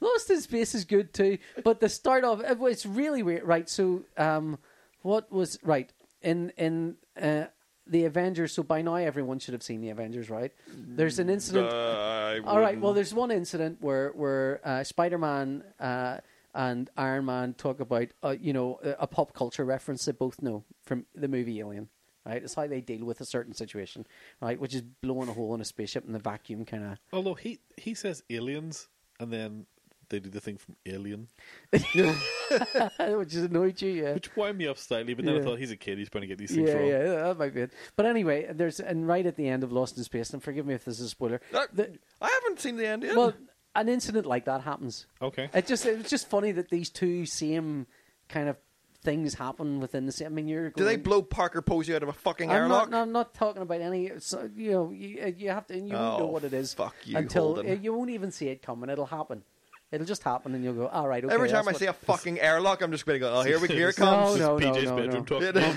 [SPEAKER 1] Lost in Space is good too, but the start of it was really weird, right? So, um, what was right in in uh, the Avengers? So by now everyone should have seen the Avengers, right? There's an incident.
[SPEAKER 3] Mm, I
[SPEAKER 1] All right.
[SPEAKER 3] wouldn't-
[SPEAKER 1] Well, there's one incident where where uh, Spider Man uh, and Iron Man talk about uh, you know a, a pop culture reference they both know from the movie Alien. Right, it's how they deal with a certain situation, right? Which is blowing a hole in a spaceship in the vacuum, kind of.
[SPEAKER 2] Although he he says aliens, and then they do the thing from Alien,
[SPEAKER 1] which has annoyed you, yeah.
[SPEAKER 2] which wound me up slightly. But then
[SPEAKER 1] Yeah.
[SPEAKER 2] I thought he's a kid; he's trying to get these things
[SPEAKER 1] Yeah,
[SPEAKER 2] wrong.
[SPEAKER 1] yeah, that might be it. But anyway, there's and right at the end of Lost in Space, and forgive me if this is a spoiler.
[SPEAKER 3] That-
[SPEAKER 1] the-
[SPEAKER 3] I haven't seen the end yet.
[SPEAKER 1] well, an incident like that happens.
[SPEAKER 2] Okay.
[SPEAKER 1] It just it was just funny that these two same kind of things happen within the same. I mean, you're
[SPEAKER 3] Do they
[SPEAKER 1] going-
[SPEAKER 3] blow Parker Posey out of a fucking
[SPEAKER 1] I'm not,
[SPEAKER 3] airlock?
[SPEAKER 1] no, I'm not talking about any. So, you know, you, you have to. You won't know
[SPEAKER 3] Oh,
[SPEAKER 1] what it is
[SPEAKER 3] fuck you,
[SPEAKER 1] until
[SPEAKER 3] Holden.
[SPEAKER 1] you won't even see it coming. It'll happen. It'll just happen, and you'll go, "All right." Okay,
[SPEAKER 3] Every time
[SPEAKER 1] that's
[SPEAKER 3] I
[SPEAKER 1] what-
[SPEAKER 3] see a fucking airlock, I'm just going to go, oh, here, we, here it
[SPEAKER 2] No,
[SPEAKER 3] comes.
[SPEAKER 1] no,
[SPEAKER 2] This is PJ's
[SPEAKER 1] no, no.
[SPEAKER 2] bedroom talk.
[SPEAKER 3] Yeah,
[SPEAKER 2] Mom,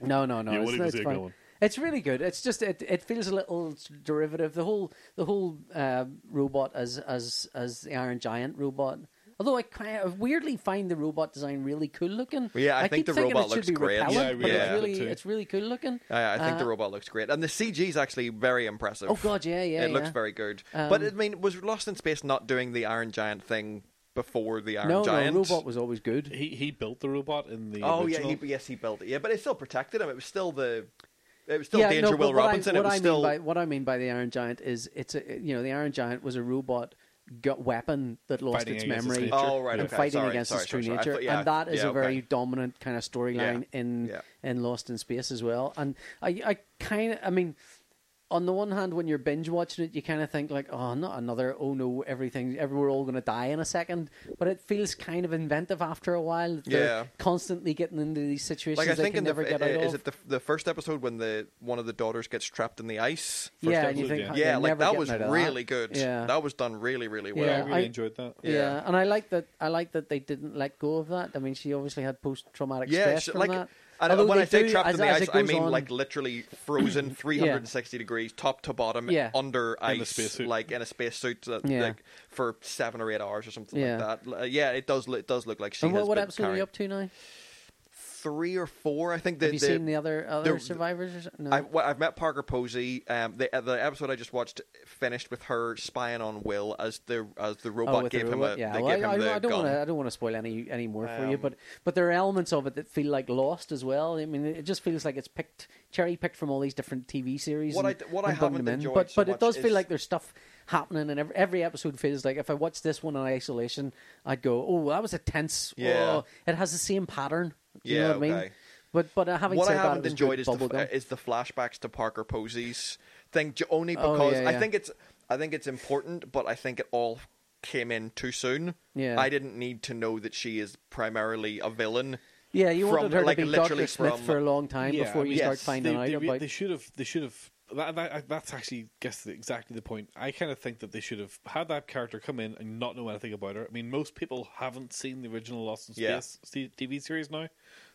[SPEAKER 1] No, no, no.
[SPEAKER 2] You
[SPEAKER 1] it's,
[SPEAKER 2] won't even
[SPEAKER 1] it's
[SPEAKER 2] see it
[SPEAKER 1] fine.
[SPEAKER 2] going.
[SPEAKER 1] It's really good. It's just it, it feels a little derivative. The whole the whole uh, robot as as as the Iron Giant robot. Although I kind of weirdly find the robot design really cool looking.
[SPEAKER 3] Yeah, I think
[SPEAKER 1] keep
[SPEAKER 3] the
[SPEAKER 1] thinking
[SPEAKER 3] robot
[SPEAKER 1] it should
[SPEAKER 3] looks
[SPEAKER 1] be
[SPEAKER 3] great.
[SPEAKER 1] Repellent,
[SPEAKER 2] Yeah, I
[SPEAKER 1] but
[SPEAKER 2] really
[SPEAKER 1] it's
[SPEAKER 2] like it
[SPEAKER 1] really
[SPEAKER 2] too.
[SPEAKER 1] it's really cool looking.
[SPEAKER 3] I, I think the
[SPEAKER 1] Uh,
[SPEAKER 3] robot looks great, and the CG is actually very impressive.
[SPEAKER 1] Oh god, yeah, yeah.
[SPEAKER 3] it looks
[SPEAKER 1] yeah.
[SPEAKER 3] very good.
[SPEAKER 1] Um,
[SPEAKER 3] but I mean, was Lost in Space not doing the Iron Giant thing before the Iron
[SPEAKER 1] no,
[SPEAKER 3] Giant?
[SPEAKER 1] no, robot was always good.
[SPEAKER 2] He he built the robot in the.
[SPEAKER 3] oh yeah,
[SPEAKER 2] original.
[SPEAKER 3] he, yes, he built it. Yeah, but it still protected him. It was still the, it was still Danger
[SPEAKER 1] no, but
[SPEAKER 3] Will
[SPEAKER 1] what I-
[SPEAKER 3] Robinson.
[SPEAKER 1] what
[SPEAKER 3] it was
[SPEAKER 1] I mean
[SPEAKER 3] still
[SPEAKER 1] by, what I mean by the Iron Giant is it's a you know the Iron Giant was a robot gu- weapon that lost
[SPEAKER 2] Fighting
[SPEAKER 1] its
[SPEAKER 2] against its
[SPEAKER 1] memory
[SPEAKER 2] nature.
[SPEAKER 3] oh right,
[SPEAKER 1] and
[SPEAKER 3] okay,
[SPEAKER 1] fighting
[SPEAKER 3] sorry,
[SPEAKER 1] against
[SPEAKER 3] sorry,
[SPEAKER 1] its true
[SPEAKER 3] sorry, sorry. I
[SPEAKER 1] nature,
[SPEAKER 3] thought- yeah,
[SPEAKER 1] and that is
[SPEAKER 3] yeah,
[SPEAKER 1] a very
[SPEAKER 3] okay.
[SPEAKER 1] dominant kind of storyline
[SPEAKER 3] Yeah.
[SPEAKER 1] in
[SPEAKER 3] Yeah.
[SPEAKER 1] in Lost in Space as well. And I, I kind of, I mean, on the one hand, when you're binge watching it, you kind of think like, oh, not another. Oh no, everything, every, we're all going to die in a second. But it feels kind of inventive after a while. that They're
[SPEAKER 3] Yeah.
[SPEAKER 1] constantly getting into these situations
[SPEAKER 3] Like I
[SPEAKER 1] they
[SPEAKER 3] think
[SPEAKER 1] can
[SPEAKER 3] in the,
[SPEAKER 1] never get out
[SPEAKER 3] is
[SPEAKER 1] of.
[SPEAKER 3] it the, the first episode when the one of the daughters gets trapped in the ice? First
[SPEAKER 1] yeah, and
[SPEAKER 3] episode?
[SPEAKER 1] you think "Oh,
[SPEAKER 2] episode,
[SPEAKER 1] "They're
[SPEAKER 3] yeah, like
[SPEAKER 1] never
[SPEAKER 3] that
[SPEAKER 1] getting
[SPEAKER 3] was
[SPEAKER 1] out of
[SPEAKER 3] really
[SPEAKER 1] that."
[SPEAKER 3] good.
[SPEAKER 1] Yeah.
[SPEAKER 3] that was done really, really well.
[SPEAKER 2] I
[SPEAKER 1] Yeah,
[SPEAKER 2] really
[SPEAKER 1] I-
[SPEAKER 2] enjoyed that.
[SPEAKER 1] yeah.
[SPEAKER 3] Yeah.
[SPEAKER 1] and I like that. I like that they didn't let go of that. I mean, she obviously had post-traumatic
[SPEAKER 3] Yeah,
[SPEAKER 1] stress
[SPEAKER 3] sh-
[SPEAKER 1] from
[SPEAKER 3] like
[SPEAKER 1] that.
[SPEAKER 3] and
[SPEAKER 1] Although
[SPEAKER 3] when
[SPEAKER 1] they
[SPEAKER 3] I say
[SPEAKER 1] do,
[SPEAKER 3] trapped
[SPEAKER 1] as-
[SPEAKER 3] in the
[SPEAKER 1] as
[SPEAKER 3] ice,
[SPEAKER 1] it
[SPEAKER 3] I
[SPEAKER 1] goes
[SPEAKER 3] mean
[SPEAKER 1] on-
[SPEAKER 3] like literally frozen 360 degrees, top to bottom,
[SPEAKER 1] Yeah.
[SPEAKER 3] under
[SPEAKER 2] a
[SPEAKER 3] ice,
[SPEAKER 2] spacesuit.
[SPEAKER 3] like in a spacesuit, that
[SPEAKER 1] Yeah.
[SPEAKER 3] like for seven or eight hours or something
[SPEAKER 1] Yeah.
[SPEAKER 3] like that. L- uh, yeah, it does. lo- It does look like she
[SPEAKER 1] And what,
[SPEAKER 3] has
[SPEAKER 1] what
[SPEAKER 3] been
[SPEAKER 1] episode are
[SPEAKER 3] carrying
[SPEAKER 1] you up to now?
[SPEAKER 3] three or four. I think the,
[SPEAKER 1] Have you
[SPEAKER 3] the-
[SPEAKER 1] seen the other other
[SPEAKER 3] the-
[SPEAKER 1] survivors? Or something? No.
[SPEAKER 3] I, well, I've met Parker Posey. Um, the, uh, the episode I just watched finished with her spying on Will as the as the
[SPEAKER 1] Oh,
[SPEAKER 3] robot
[SPEAKER 1] with the
[SPEAKER 3] gave him
[SPEAKER 1] robot?
[SPEAKER 3] a
[SPEAKER 1] yeah.
[SPEAKER 3] they
[SPEAKER 1] well,
[SPEAKER 3] gave
[SPEAKER 1] I,
[SPEAKER 3] him the
[SPEAKER 1] I, I don't
[SPEAKER 3] gun.
[SPEAKER 1] want to. I don't want to spoil any any more for you,
[SPEAKER 3] Um,
[SPEAKER 1] but but there are elements of it that feel like lost as well. I mean, it just feels like it's picked cherry picked from all these different TV series.
[SPEAKER 3] What I
[SPEAKER 1] and,
[SPEAKER 3] d- what I
[SPEAKER 1] and bunged
[SPEAKER 3] haven't
[SPEAKER 1] them in.
[SPEAKER 3] enjoyed
[SPEAKER 1] but
[SPEAKER 3] so
[SPEAKER 1] but it
[SPEAKER 3] much
[SPEAKER 1] does feel
[SPEAKER 3] is-
[SPEAKER 1] like there's stuff happening, and every, every episode feels like if I watch this one in isolation, I'd go, oh, that was a tense.
[SPEAKER 3] Yeah.
[SPEAKER 1] Oh, it has the same pattern. Do you
[SPEAKER 3] Yeah,
[SPEAKER 1] know what I mean?
[SPEAKER 3] okay.
[SPEAKER 1] But but uh, having
[SPEAKER 3] what I
[SPEAKER 1] said that, it
[SPEAKER 3] haven't
[SPEAKER 1] was
[SPEAKER 3] enjoyed
[SPEAKER 1] good
[SPEAKER 3] is the,
[SPEAKER 1] bubblegum.
[SPEAKER 3] uh, is the flashbacks to Parker Posey's thing, j- only
[SPEAKER 1] Oh,
[SPEAKER 3] because
[SPEAKER 1] yeah, yeah.
[SPEAKER 3] I think it's I think it's important, but I think it all came in too soon.
[SPEAKER 1] Yeah.
[SPEAKER 3] I didn't need to know that she is primarily a villain.
[SPEAKER 1] yeah, you
[SPEAKER 3] from,
[SPEAKER 1] wanted her
[SPEAKER 3] like,
[SPEAKER 1] to be
[SPEAKER 3] literally
[SPEAKER 1] Doctor Smith
[SPEAKER 3] from-
[SPEAKER 1] for a long time
[SPEAKER 2] Yeah,
[SPEAKER 1] before
[SPEAKER 2] I
[SPEAKER 1] you
[SPEAKER 3] mean,
[SPEAKER 1] start
[SPEAKER 3] yes,
[SPEAKER 1] finding
[SPEAKER 2] they,
[SPEAKER 1] out
[SPEAKER 2] they,
[SPEAKER 1] about.
[SPEAKER 2] they should have. They should have. That, that, that's actually guess the- exactly the point. I kind of think that they should have had that character come in and not know anything about her. I mean, most people haven't seen the original Lost in
[SPEAKER 3] Yeah.
[SPEAKER 2] Space se- TV series now,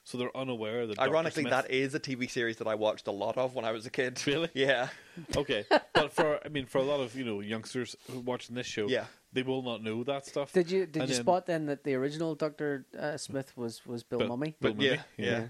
[SPEAKER 2] so they're unaware that. Dr.
[SPEAKER 3] Ironically,
[SPEAKER 2] Smith-
[SPEAKER 3] that is a TV series that I watched a lot of when I was a kid.
[SPEAKER 2] Really?
[SPEAKER 3] Yeah.
[SPEAKER 2] okay, but for I mean, for a lot of you know youngsters who are watching this show,
[SPEAKER 3] Yeah.
[SPEAKER 2] they will not know that stuff.
[SPEAKER 1] Did you did
[SPEAKER 2] And
[SPEAKER 1] you
[SPEAKER 2] then-
[SPEAKER 1] spot then that the original Doctor uh, Smith was was Bill
[SPEAKER 2] But-
[SPEAKER 1] Mummy?
[SPEAKER 2] but-
[SPEAKER 3] Yeah,
[SPEAKER 2] Movie?
[SPEAKER 3] yeah.
[SPEAKER 2] Yeah.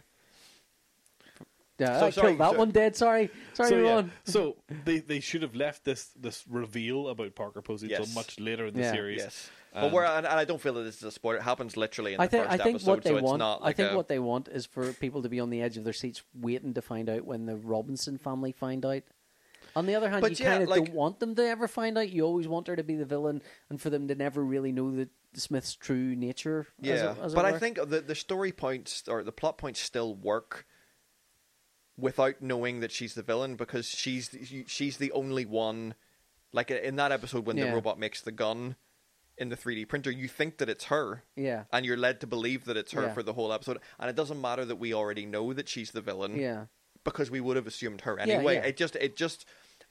[SPEAKER 1] Yeah,
[SPEAKER 3] So
[SPEAKER 1] I
[SPEAKER 3] sorry,
[SPEAKER 1] killed that
[SPEAKER 3] so-
[SPEAKER 1] one dead. Sorry, sorry,
[SPEAKER 2] so, yeah,
[SPEAKER 1] Ron.
[SPEAKER 2] so they, they should have left this this reveal about Parker Posey
[SPEAKER 3] Yes.
[SPEAKER 2] until much later in the
[SPEAKER 1] Yeah.
[SPEAKER 2] series.
[SPEAKER 3] Yes. but
[SPEAKER 2] And-
[SPEAKER 3] we're, and, and I don't feel that this is a spoiler. It happens literally in the
[SPEAKER 1] I think
[SPEAKER 3] first
[SPEAKER 1] I think
[SPEAKER 3] episode,
[SPEAKER 1] what they
[SPEAKER 3] so it's
[SPEAKER 1] want.
[SPEAKER 3] not
[SPEAKER 1] I
[SPEAKER 3] like
[SPEAKER 1] think
[SPEAKER 3] a-
[SPEAKER 1] what they want is for people to be on the edge of their seats, waiting to find out when the Robinson family find out. On the other hand,
[SPEAKER 3] But
[SPEAKER 1] you
[SPEAKER 3] yeah,
[SPEAKER 1] kind of
[SPEAKER 3] like-
[SPEAKER 1] don't want them to ever find out. You always want her to be the villain, and for them to never really know the Smith's true nature. as it-
[SPEAKER 3] Yeah,
[SPEAKER 1] as it
[SPEAKER 3] but I
[SPEAKER 1] were.
[SPEAKER 3] think the the story points or the plot points still work without knowing that she's the villain because she's the- she's the only one. Like in that episode when
[SPEAKER 1] Yeah.
[SPEAKER 3] the robot makes the gun in the 3D printer, you think that it's her,
[SPEAKER 1] Yeah,
[SPEAKER 3] and you're led to believe that it's her
[SPEAKER 1] Yeah.
[SPEAKER 3] for the whole episode. And it doesn't matter that we already know that she's the villain
[SPEAKER 1] yeah,
[SPEAKER 3] because we would have assumed her
[SPEAKER 1] Yeah,
[SPEAKER 3] anyway.
[SPEAKER 1] yeah.
[SPEAKER 3] It just it just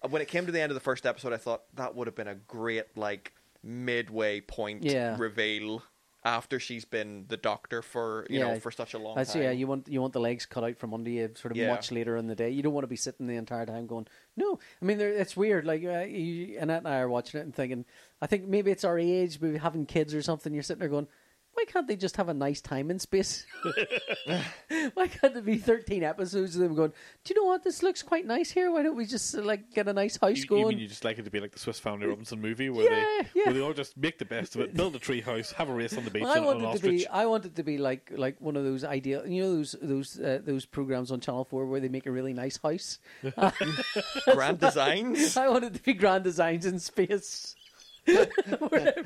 [SPEAKER 3] when it came to the end of the first episode, I thought that would have been a great like midway point
[SPEAKER 1] Yeah.
[SPEAKER 3] reveal after she's been the doctor for you
[SPEAKER 1] Yeah.
[SPEAKER 3] know for such a long
[SPEAKER 1] I
[SPEAKER 3] time.
[SPEAKER 1] see. Yeah, you want you want the legs cut out from under you, sort of
[SPEAKER 3] Yeah.
[SPEAKER 1] much later in the day. You don't want to be sitting the entire time going, "No." I mean, there- it's weird. Like uh, you, Annette and I are watching it and thinking, I think maybe it's our age, maybe having kids or something. You're sitting there going, "Why can't they just have a nice time in space? Why can't there be 13 episodes of them going? Do you know what? This looks quite nice here. Why don't we just uh, like get a nice house
[SPEAKER 2] You, you
[SPEAKER 1] going?
[SPEAKER 2] mean you just like it to be like the Swiss Family Robinson movie where
[SPEAKER 1] Yeah,
[SPEAKER 2] they
[SPEAKER 1] yeah.
[SPEAKER 2] where they all just make the best of it, build a tree house, have a race on the beach,
[SPEAKER 1] Well, I
[SPEAKER 2] and an
[SPEAKER 1] wanted to
[SPEAKER 2] ostrich.
[SPEAKER 1] be. I wanted to be like like one of those ideal. You know those those uh, those programs on Channel Four where they make a really nice house.
[SPEAKER 3] Grand designs.
[SPEAKER 1] I wanted to be grand designs in space. Where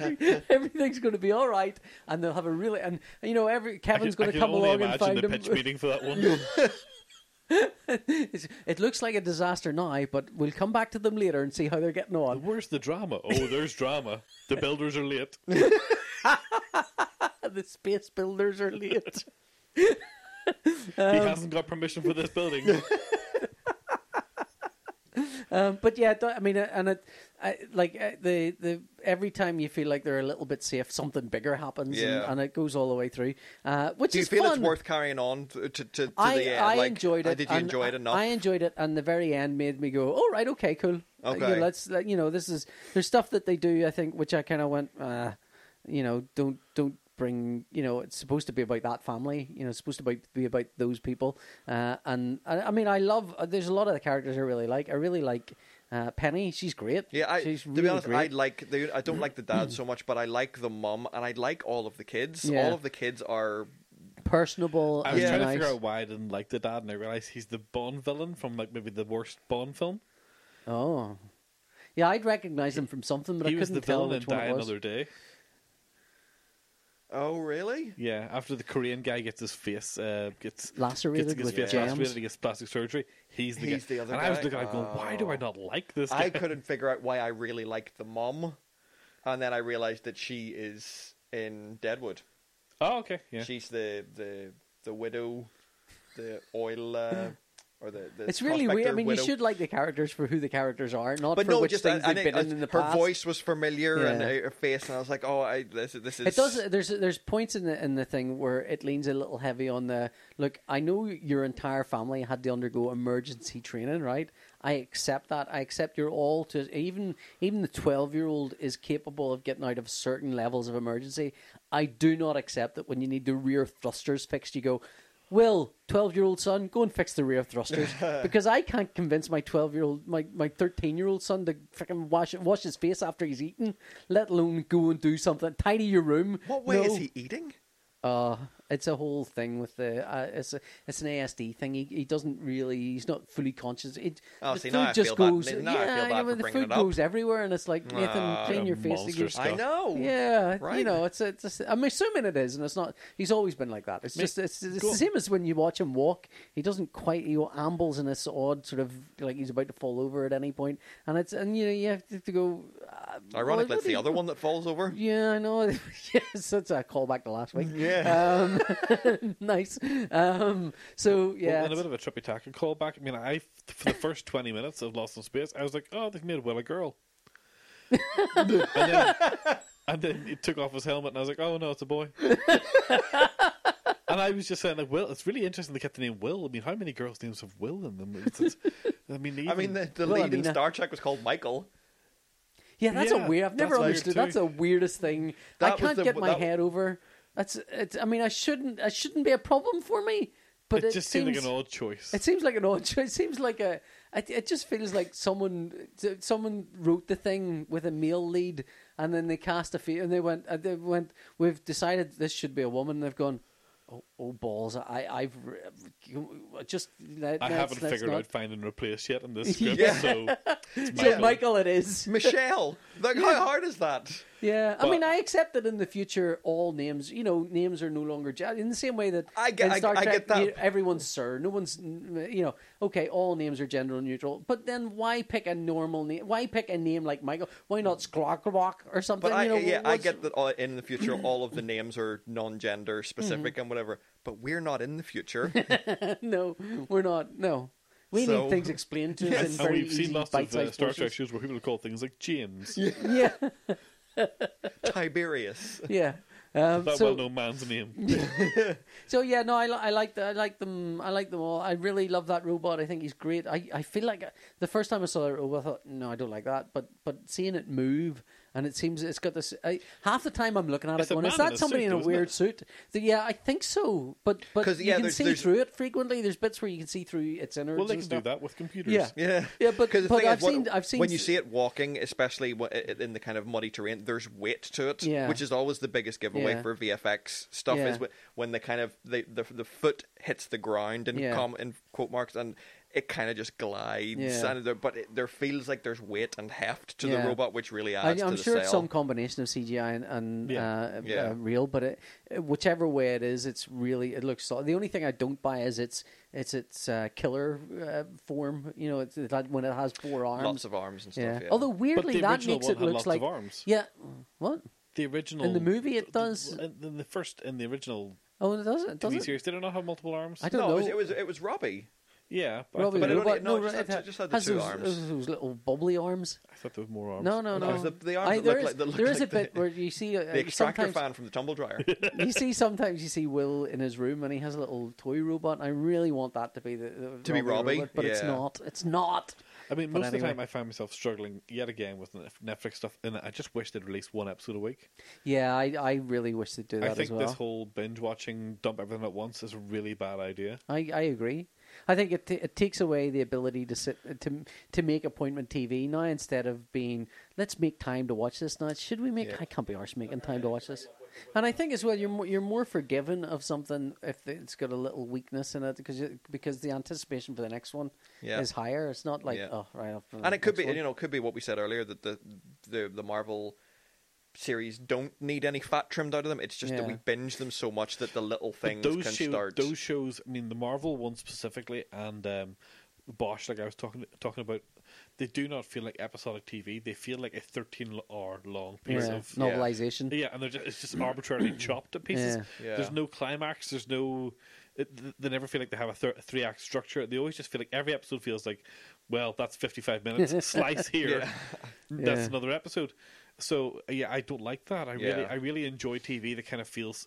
[SPEAKER 1] every, everything's going to be all right, and they'll have a really and you know every
[SPEAKER 2] I can,
[SPEAKER 1] Kevin's
[SPEAKER 2] I
[SPEAKER 1] going to
[SPEAKER 2] can
[SPEAKER 1] come
[SPEAKER 2] only
[SPEAKER 1] along and
[SPEAKER 2] imagine
[SPEAKER 1] find
[SPEAKER 2] the
[SPEAKER 1] him.
[SPEAKER 2] pitch meeting for that one.
[SPEAKER 1] It's- it looks like a disaster now, but we'll come back to them later and see how they're getting on.
[SPEAKER 2] Where's the drama? Oh, there's drama. The builders are late.
[SPEAKER 1] the space builders are late.
[SPEAKER 2] he hasn't got permission for this building.
[SPEAKER 1] Um, but yeah, th- I mean, uh, and it, I, like uh, the the every time you feel like they're a little bit safe, something bigger happens,
[SPEAKER 3] Yeah.
[SPEAKER 1] and, and it goes all the way through. Uh, which
[SPEAKER 3] Do you
[SPEAKER 1] is
[SPEAKER 3] feel it's
[SPEAKER 1] fun.
[SPEAKER 3] worth carrying on to, to, to, to
[SPEAKER 1] I,
[SPEAKER 3] the end?
[SPEAKER 1] I
[SPEAKER 3] Like,
[SPEAKER 1] enjoyed
[SPEAKER 3] uh,
[SPEAKER 1] it.
[SPEAKER 3] Did you
[SPEAKER 1] and
[SPEAKER 3] enjoy it
[SPEAKER 1] I-
[SPEAKER 3] enough?
[SPEAKER 1] I enjoyed it, and the very end made me go, "All right, okay, cool. Uh, you know,
[SPEAKER 3] Okay.
[SPEAKER 1] let's let- you know this is there's stuff that they do. I think which I kind of went, uh, you know, don't don't bring. You know, it's supposed to be about that family. You know, it's supposed to be, be about those people. Uh, and I, I mean, I love. Uh, there's a lot of the characters I really like. I really like uh, Penny. She's great.
[SPEAKER 3] yeah, I,
[SPEAKER 1] she's
[SPEAKER 3] to
[SPEAKER 1] really
[SPEAKER 3] be honest,
[SPEAKER 1] great.
[SPEAKER 3] I like the I don't like the dad so much, but I like the mum and I like all of the kids.
[SPEAKER 1] Yeah.
[SPEAKER 3] All of the kids are
[SPEAKER 1] personable.
[SPEAKER 2] I was
[SPEAKER 1] and
[SPEAKER 2] trying to
[SPEAKER 1] nice.
[SPEAKER 2] figure out why I didn't like the dad, and I realized he's the Bond villain from like maybe the worst Bond film.
[SPEAKER 1] Oh. Yeah, I'd recognize him from something, but
[SPEAKER 2] he
[SPEAKER 1] I
[SPEAKER 2] was
[SPEAKER 1] couldn't
[SPEAKER 2] the
[SPEAKER 1] tell
[SPEAKER 2] villain in
[SPEAKER 1] which one
[SPEAKER 2] Die
[SPEAKER 1] it was.
[SPEAKER 2] Another Day.
[SPEAKER 3] oh really?
[SPEAKER 2] Yeah, after the Korean guy gets his face uh, gets
[SPEAKER 1] Lacerated
[SPEAKER 2] gets, gets
[SPEAKER 1] with
[SPEAKER 2] face
[SPEAKER 1] jams.
[SPEAKER 2] lacerated, gets plastic surgery. He's the
[SPEAKER 3] He's
[SPEAKER 2] guy.
[SPEAKER 3] the other
[SPEAKER 2] and I was
[SPEAKER 3] guy?
[SPEAKER 2] looking at it going, why do I not like this? Guy?
[SPEAKER 3] I couldn't figure out why I really liked the mom, and then I realized that she is in Deadwood.
[SPEAKER 2] Oh, okay. Yeah.
[SPEAKER 3] She's the the the widow, the oil, uh, or the, the
[SPEAKER 1] It's really weird. I
[SPEAKER 3] prospector
[SPEAKER 1] mean,
[SPEAKER 3] widow.
[SPEAKER 1] you should like the characters for who the characters are, not
[SPEAKER 3] But
[SPEAKER 1] for
[SPEAKER 3] no,
[SPEAKER 1] which
[SPEAKER 3] just
[SPEAKER 1] things
[SPEAKER 3] I, I
[SPEAKER 1] they've
[SPEAKER 3] think,
[SPEAKER 1] been
[SPEAKER 3] uh,
[SPEAKER 1] in in the
[SPEAKER 3] her
[SPEAKER 1] past.
[SPEAKER 3] voice was familiar and
[SPEAKER 1] Yeah.
[SPEAKER 3] uh, her face, and I was like, oh, I, this this is
[SPEAKER 1] It does. There's there's points in the in the thing where it leans a little heavy on the look. I know your entire family had to undergo emergency training, right? I accept that. I accept you're all to even even the twelve year old is capable of getting out of certain levels of emergency. I do not accept that when you need the rear thrusters fixed, you go. Will, twelve year old son, go and fix the rear thrusters because I can't convince my twelve year old my my thirteen year old son to freaking wash wash his face after he's eaten, let alone go and do something. Tidy your room.
[SPEAKER 3] What way
[SPEAKER 1] No.
[SPEAKER 3] is he eating?
[SPEAKER 1] Uh, it's a whole thing with the uh, it's a, it's an ASD thing. He, he doesn't really he's not fully conscious. It
[SPEAKER 3] Oh,
[SPEAKER 1] the
[SPEAKER 3] see,
[SPEAKER 1] food
[SPEAKER 3] now I
[SPEAKER 1] just
[SPEAKER 3] feel bad-
[SPEAKER 1] goes
[SPEAKER 3] now I feel
[SPEAKER 1] yeah,
[SPEAKER 3] bad for
[SPEAKER 1] the
[SPEAKER 3] bringing
[SPEAKER 1] food
[SPEAKER 3] it up.
[SPEAKER 1] goes everywhere, and it's like Nathan,
[SPEAKER 3] Ah,
[SPEAKER 1] clean
[SPEAKER 2] the
[SPEAKER 1] your face.
[SPEAKER 2] monster
[SPEAKER 1] again.
[SPEAKER 2] stuff.
[SPEAKER 3] I know.
[SPEAKER 1] Yeah,
[SPEAKER 3] Right.
[SPEAKER 1] you know, it's, it's it's- I'm assuming it is, and it's not. He's always been like that. It's just it's, it's
[SPEAKER 2] go
[SPEAKER 1] the same as when you watch him walk. He doesn't quite. He ambles in this odd sort of like he's about to fall over at any point, and it's and you know you have to go. Uh,
[SPEAKER 3] Ironically,
[SPEAKER 1] well,
[SPEAKER 3] it's the other one that falls over.
[SPEAKER 1] Yeah, I know. yes, that's a callback to last week.
[SPEAKER 3] Yeah.
[SPEAKER 1] nice. Um, so
[SPEAKER 2] Well,
[SPEAKER 1] yeah,
[SPEAKER 2] and a
[SPEAKER 1] it's-
[SPEAKER 2] bit of a trippy tackle callback. I mean, I for the first twenty minutes of Lost in Space, I was like, "Oh, they've made Will a girl," and, then, and then he took off his helmet, and I was like, "Oh no, it's a boy." and I was just saying, like, Will, it's really interesting they kept the name Will. I mean, how many girls' names have Will in them? It's, it's, I mean,
[SPEAKER 3] I
[SPEAKER 2] even-
[SPEAKER 3] mean, the, the
[SPEAKER 1] Well, I
[SPEAKER 3] lead in
[SPEAKER 1] mean, uh,
[SPEAKER 3] Star Trek was called Michael.
[SPEAKER 1] yeah, that's
[SPEAKER 2] yeah,
[SPEAKER 1] a weird. I've never
[SPEAKER 2] that's weird
[SPEAKER 1] understood.
[SPEAKER 2] too.
[SPEAKER 1] That's the weirdest thing.
[SPEAKER 3] That
[SPEAKER 1] I
[SPEAKER 3] was
[SPEAKER 1] can't
[SPEAKER 3] the-
[SPEAKER 1] get my
[SPEAKER 3] that-
[SPEAKER 1] head over. That's it's. I mean, I shouldn't. I shouldn't be a problem for me. But
[SPEAKER 2] it, just seemed
[SPEAKER 1] seems,
[SPEAKER 2] like an odd choice.
[SPEAKER 1] It seems like an odd. It seems like a. It, it just feels like someone someone wrote the thing with a male lead, and then they cast a few, and they went. uh, They went. We've decided this should be a woman. They've gone. Oh, oh balls! I I've re- just. let-
[SPEAKER 2] I
[SPEAKER 1] let's-
[SPEAKER 2] haven't
[SPEAKER 1] let's
[SPEAKER 2] figured
[SPEAKER 1] not-
[SPEAKER 2] out find and replace yet in this script,
[SPEAKER 3] Yeah.
[SPEAKER 2] so it's
[SPEAKER 1] So,
[SPEAKER 2] my fault.
[SPEAKER 1] Michael, it is.
[SPEAKER 3] Michelle. Like, how hard is that?
[SPEAKER 1] Yeah, I
[SPEAKER 2] But-
[SPEAKER 1] mean, I accept that in the future, all names, you know, names are no longer ja- in the same way that
[SPEAKER 3] I get-
[SPEAKER 1] in
[SPEAKER 3] I-
[SPEAKER 1] Star
[SPEAKER 3] I
[SPEAKER 1] Trek,
[SPEAKER 3] get that.
[SPEAKER 1] you- everyone's Sir, no one's, you know, okay, all names are gender neutral, but then why pick a normal name? Why pick a name like Michael? Why not Sklarkrock or something?
[SPEAKER 3] But I,
[SPEAKER 1] you know,
[SPEAKER 3] yeah, I
[SPEAKER 1] what's-
[SPEAKER 3] get that all, in the future all of the names are non-gender
[SPEAKER 1] Mm-hmm.
[SPEAKER 3] specific and whatever. But we're not in the future.
[SPEAKER 1] no, we're not. No, we
[SPEAKER 3] So-
[SPEAKER 1] need things explained to us in
[SPEAKER 2] Yes. And
[SPEAKER 1] very
[SPEAKER 2] we've seen
[SPEAKER 1] easy
[SPEAKER 2] lots of
[SPEAKER 1] bite-sized
[SPEAKER 2] uh, Star Trek
[SPEAKER 1] portions.
[SPEAKER 2] shows where people call things like James.
[SPEAKER 1] Yeah,
[SPEAKER 3] Tiberius.
[SPEAKER 1] yeah. Um,
[SPEAKER 2] That
[SPEAKER 1] so,
[SPEAKER 2] well-known man's name.
[SPEAKER 1] So yeah, no, I, li- I like the, I like them. I like them all. I really love that robot. I think he's great. I, I feel like uh the first time I saw that robot, I thought, no, I don't like that. But but seeing it move and it seems it's got this. I, half the time I'm looking at
[SPEAKER 2] It's
[SPEAKER 1] it
[SPEAKER 2] a
[SPEAKER 1] going,
[SPEAKER 2] man
[SPEAKER 1] is
[SPEAKER 2] in
[SPEAKER 1] that
[SPEAKER 2] a
[SPEAKER 1] somebody
[SPEAKER 2] suit,
[SPEAKER 1] in a
[SPEAKER 2] though, isn't
[SPEAKER 1] weird
[SPEAKER 2] it?
[SPEAKER 1] suit? The- yeah, I think so. But but
[SPEAKER 3] 'Cause,
[SPEAKER 1] you
[SPEAKER 3] yeah,
[SPEAKER 1] can
[SPEAKER 3] there's-
[SPEAKER 1] see
[SPEAKER 3] there's-
[SPEAKER 1] through it frequently. There's bits where you can see through its innards.
[SPEAKER 2] well, they
[SPEAKER 1] and
[SPEAKER 2] can do
[SPEAKER 1] stuff.
[SPEAKER 2] that with computers.
[SPEAKER 1] Yeah.
[SPEAKER 3] Yeah,
[SPEAKER 1] Yeah, but-
[SPEAKER 3] 'Cause the
[SPEAKER 1] but
[SPEAKER 3] thing
[SPEAKER 1] I've
[SPEAKER 3] is, what-
[SPEAKER 1] seen- I've seen
[SPEAKER 3] when you
[SPEAKER 1] s-
[SPEAKER 3] see it walking, especially wh- i- in the kind of muddy terrain. There's weight to it,
[SPEAKER 1] Yeah.
[SPEAKER 3] which is always the biggest giveaway
[SPEAKER 1] Yeah.
[SPEAKER 3] for VFX stuff.
[SPEAKER 1] Yeah.
[SPEAKER 3] Is wh- when the kind of the the, the foot hits the ground and
[SPEAKER 1] Yeah.
[SPEAKER 3] com in quote marks and. It kind of just glides,
[SPEAKER 1] Yeah.
[SPEAKER 3] and there, but it, there feels like there's weight and heft to
[SPEAKER 1] Yeah.
[SPEAKER 3] the robot, which really
[SPEAKER 1] I,
[SPEAKER 3] adds uh, to
[SPEAKER 1] I'm
[SPEAKER 3] the
[SPEAKER 1] sure
[SPEAKER 3] sale.
[SPEAKER 1] it's some combination of CGI and, and
[SPEAKER 2] Yeah.
[SPEAKER 1] Uh,
[SPEAKER 3] Yeah.
[SPEAKER 1] Uh, real, but it, whichever way it is, it's really it looks. Solid. The only thing I don't buy is its it's its uh, killer uh, form. You know, it's, it's like when it has four arms.
[SPEAKER 3] Lots of arms and stuff.
[SPEAKER 1] yeah.
[SPEAKER 3] Yeah.
[SPEAKER 1] Although weirdly,
[SPEAKER 2] the
[SPEAKER 1] that
[SPEAKER 2] original
[SPEAKER 1] makes
[SPEAKER 2] one
[SPEAKER 1] it
[SPEAKER 2] had
[SPEAKER 1] looks
[SPEAKER 2] lots
[SPEAKER 1] like
[SPEAKER 2] of arms.
[SPEAKER 1] yeah. What?
[SPEAKER 2] The original
[SPEAKER 1] In the movie it
[SPEAKER 2] th- th-
[SPEAKER 1] does.
[SPEAKER 2] in the- in the first in the original
[SPEAKER 1] Oh, it doesn't. It doesn't.
[SPEAKER 2] miniseries, did it not have multiple arms?
[SPEAKER 1] I don't
[SPEAKER 3] no,
[SPEAKER 1] know.
[SPEAKER 3] it was, it was it was Robbie.
[SPEAKER 2] Yeah, but
[SPEAKER 1] Probably
[SPEAKER 2] I,
[SPEAKER 3] But
[SPEAKER 1] the
[SPEAKER 3] it
[SPEAKER 2] thought,
[SPEAKER 3] only-
[SPEAKER 1] robot-
[SPEAKER 3] no,
[SPEAKER 1] no,
[SPEAKER 3] it just had-
[SPEAKER 1] it
[SPEAKER 3] just had the
[SPEAKER 1] has
[SPEAKER 3] two
[SPEAKER 1] those,
[SPEAKER 3] arms.
[SPEAKER 1] those- those little bubbly arms.
[SPEAKER 2] I thought there was more arms.
[SPEAKER 1] No, no,
[SPEAKER 3] No,
[SPEAKER 1] no.
[SPEAKER 3] it's the- the arms
[SPEAKER 1] I-
[SPEAKER 3] that
[SPEAKER 1] there
[SPEAKER 3] look
[SPEAKER 1] is-
[SPEAKER 3] like- that look
[SPEAKER 1] there is
[SPEAKER 3] like
[SPEAKER 1] a
[SPEAKER 3] the-
[SPEAKER 1] bit where you see uh,
[SPEAKER 3] The extractor
[SPEAKER 1] sometimes- Oh,
[SPEAKER 3] fan from the tumble dryer.
[SPEAKER 1] you see sometimes you see Will in his room and he has a little toy robot. I really want that to be the, the
[SPEAKER 3] To be Robbie?
[SPEAKER 1] robot, but it's
[SPEAKER 3] Yeah.
[SPEAKER 1] not. It's not.
[SPEAKER 2] I mean,
[SPEAKER 1] But
[SPEAKER 2] most of the
[SPEAKER 1] anyway.
[SPEAKER 2] time I find myself struggling yet again with Nef- Netflix stuff, and I just wish they'd release one episode a week.
[SPEAKER 1] Yeah, I, I really wish they'd do that
[SPEAKER 2] I
[SPEAKER 1] as
[SPEAKER 2] think
[SPEAKER 1] well.
[SPEAKER 2] this whole binge watching, dump everything at once, is a really bad idea.
[SPEAKER 1] I, I agree. I think it t- it takes away the ability to sit to to make appointment TV now instead of being let's make time to watch this now. It's, Should we make? I can't be arsed making time to watch this. And I think as well, you're more, you're more forgiven of something if it's got a little weakness in it because you- because the anticipation for the next one
[SPEAKER 3] Yeah.
[SPEAKER 1] is higher. It's not like
[SPEAKER 3] Yeah.
[SPEAKER 1] oh right, off the
[SPEAKER 3] and it could
[SPEAKER 1] next
[SPEAKER 3] be
[SPEAKER 1] one.
[SPEAKER 3] you know it could be what we said earlier that the the the Marvel series don't need any fat trimmed out of them. It's just that
[SPEAKER 1] Yeah.
[SPEAKER 3] we binge them so much that the little
[SPEAKER 2] But
[SPEAKER 3] things
[SPEAKER 2] those,
[SPEAKER 3] can
[SPEAKER 2] show-
[SPEAKER 3] start.
[SPEAKER 2] those shows, I mean, the Marvel one specifically, and um, Bosch, like I was talking talking about, they do not feel like episodic TV. They feel like a 13 hour long piece
[SPEAKER 1] yeah.
[SPEAKER 2] of
[SPEAKER 1] novelization.
[SPEAKER 2] Yeah, and they're just, it's just arbitrarily chopped to pieces.
[SPEAKER 3] Yeah. Yeah.
[SPEAKER 2] There's no climax. There's no. It, th- they never feel like they have a, th- three act structure. They always just feel like every episode feels like, well, that's 55 minutes. Slice here.
[SPEAKER 3] Yeah.
[SPEAKER 2] That's
[SPEAKER 1] Yeah.
[SPEAKER 2] another episode. So uh, yeah, I don't like that. I really,
[SPEAKER 3] Yeah.
[SPEAKER 2] I really enjoy TV that kind of feels.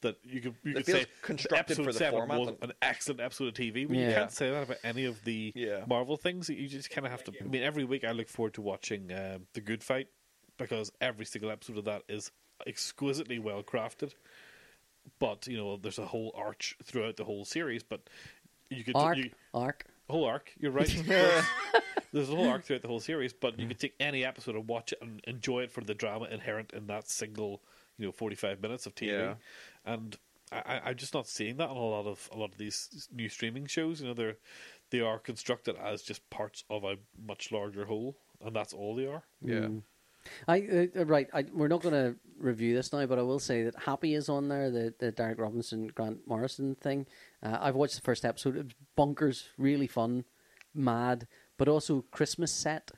[SPEAKER 2] That you could you
[SPEAKER 3] That
[SPEAKER 2] could
[SPEAKER 3] feels
[SPEAKER 2] say
[SPEAKER 3] constructed
[SPEAKER 2] episode
[SPEAKER 3] for the
[SPEAKER 2] seven
[SPEAKER 3] format
[SPEAKER 2] was
[SPEAKER 3] and-
[SPEAKER 2] an excellent episode of TV. Well, You
[SPEAKER 1] Yeah.
[SPEAKER 2] can't say that about any of the
[SPEAKER 3] Yeah.
[SPEAKER 2] Marvel things. You just kind of have to. I mean, every week I look forward to watching um the Good Fight because every single episode of that is exquisitely well crafted. But you know, there's a whole arch throughout the whole series. But you could
[SPEAKER 1] Arc,
[SPEAKER 2] you-
[SPEAKER 1] arc.
[SPEAKER 2] whole arc. You're right. there's, there's a whole arc throughout the whole series, but you could take any episode and watch it and enjoy it for the drama inherent in that single, you know, 45 minutes of TV.
[SPEAKER 3] Yeah.
[SPEAKER 2] And I, I- I'm just not seeing that on a lot of a lot of these new streaming shows. You know, they're they are constructed as just parts of a much larger whole, and that's all they are.
[SPEAKER 3] yeah.
[SPEAKER 1] Mm. I uh, right. I, we're not going to review this now, but I will say that Happy is on there. The the Derek Robinson Grant Morrison thing. Uh, I've watched the first episode. It was bonkers, really fun, mad, but also Christmas set,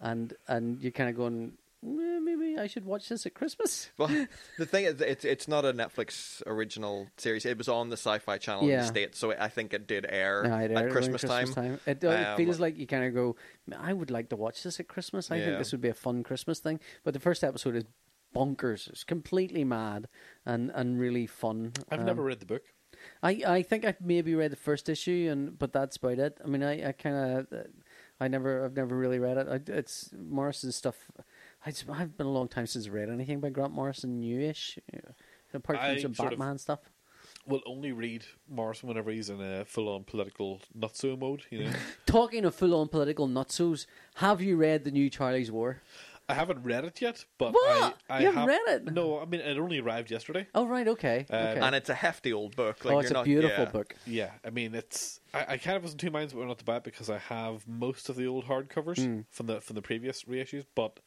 [SPEAKER 1] and and you're kind of going. "Eh, Maybe I should watch this at Christmas.
[SPEAKER 3] Well, the thing is, it's it's not a Netflix original series. It was on the Sci-Fi Channel in
[SPEAKER 1] Yeah,
[SPEAKER 3] the states, so I think it did air
[SPEAKER 1] Yeah, it aired
[SPEAKER 3] at
[SPEAKER 1] around
[SPEAKER 3] Christmas, time.
[SPEAKER 1] It, uh, it
[SPEAKER 3] Um,
[SPEAKER 1] feels like you kind of go, I would like to watch this at Christmas. I think
[SPEAKER 3] Yeah.
[SPEAKER 1] this would be a fun Christmas thing. But the first episode is bonkers. It's completely mad and, and really fun.
[SPEAKER 2] I've
[SPEAKER 1] Um,
[SPEAKER 2] never read the book.
[SPEAKER 1] I, I think I maybe read the first issue, and but that's about it. I mean, I, I kind of, I never, I've never really read it. I, it's Morrison's stuff. I just, I've been a long time since I read anything by Grant Morrison newish, uh, apart from
[SPEAKER 2] I
[SPEAKER 1] some
[SPEAKER 2] sort of-
[SPEAKER 1] Batman stuff.
[SPEAKER 2] will only read Morrison whenever he's in a full-on political nutso mode. You know,
[SPEAKER 1] Talking of full on political nutsos, have you read the new Charlie's War?
[SPEAKER 2] I haven't read it yet, but
[SPEAKER 1] What?
[SPEAKER 2] I, I
[SPEAKER 1] You haven't
[SPEAKER 2] have-
[SPEAKER 1] read it?
[SPEAKER 2] No, I mean it only arrived yesterday.
[SPEAKER 1] Oh, right, okay.
[SPEAKER 2] Uh,
[SPEAKER 1] okay.
[SPEAKER 3] and it's a hefty old book. Like
[SPEAKER 1] oh, it's
[SPEAKER 3] you're
[SPEAKER 1] a
[SPEAKER 3] not,
[SPEAKER 1] beautiful
[SPEAKER 3] yeah.
[SPEAKER 1] book.
[SPEAKER 2] Yeah, I mean it's I, I kind of was in two minds whether or not to buy it because I have most of the old hardcovers
[SPEAKER 1] Hmm.
[SPEAKER 2] from the from the previous reissues, but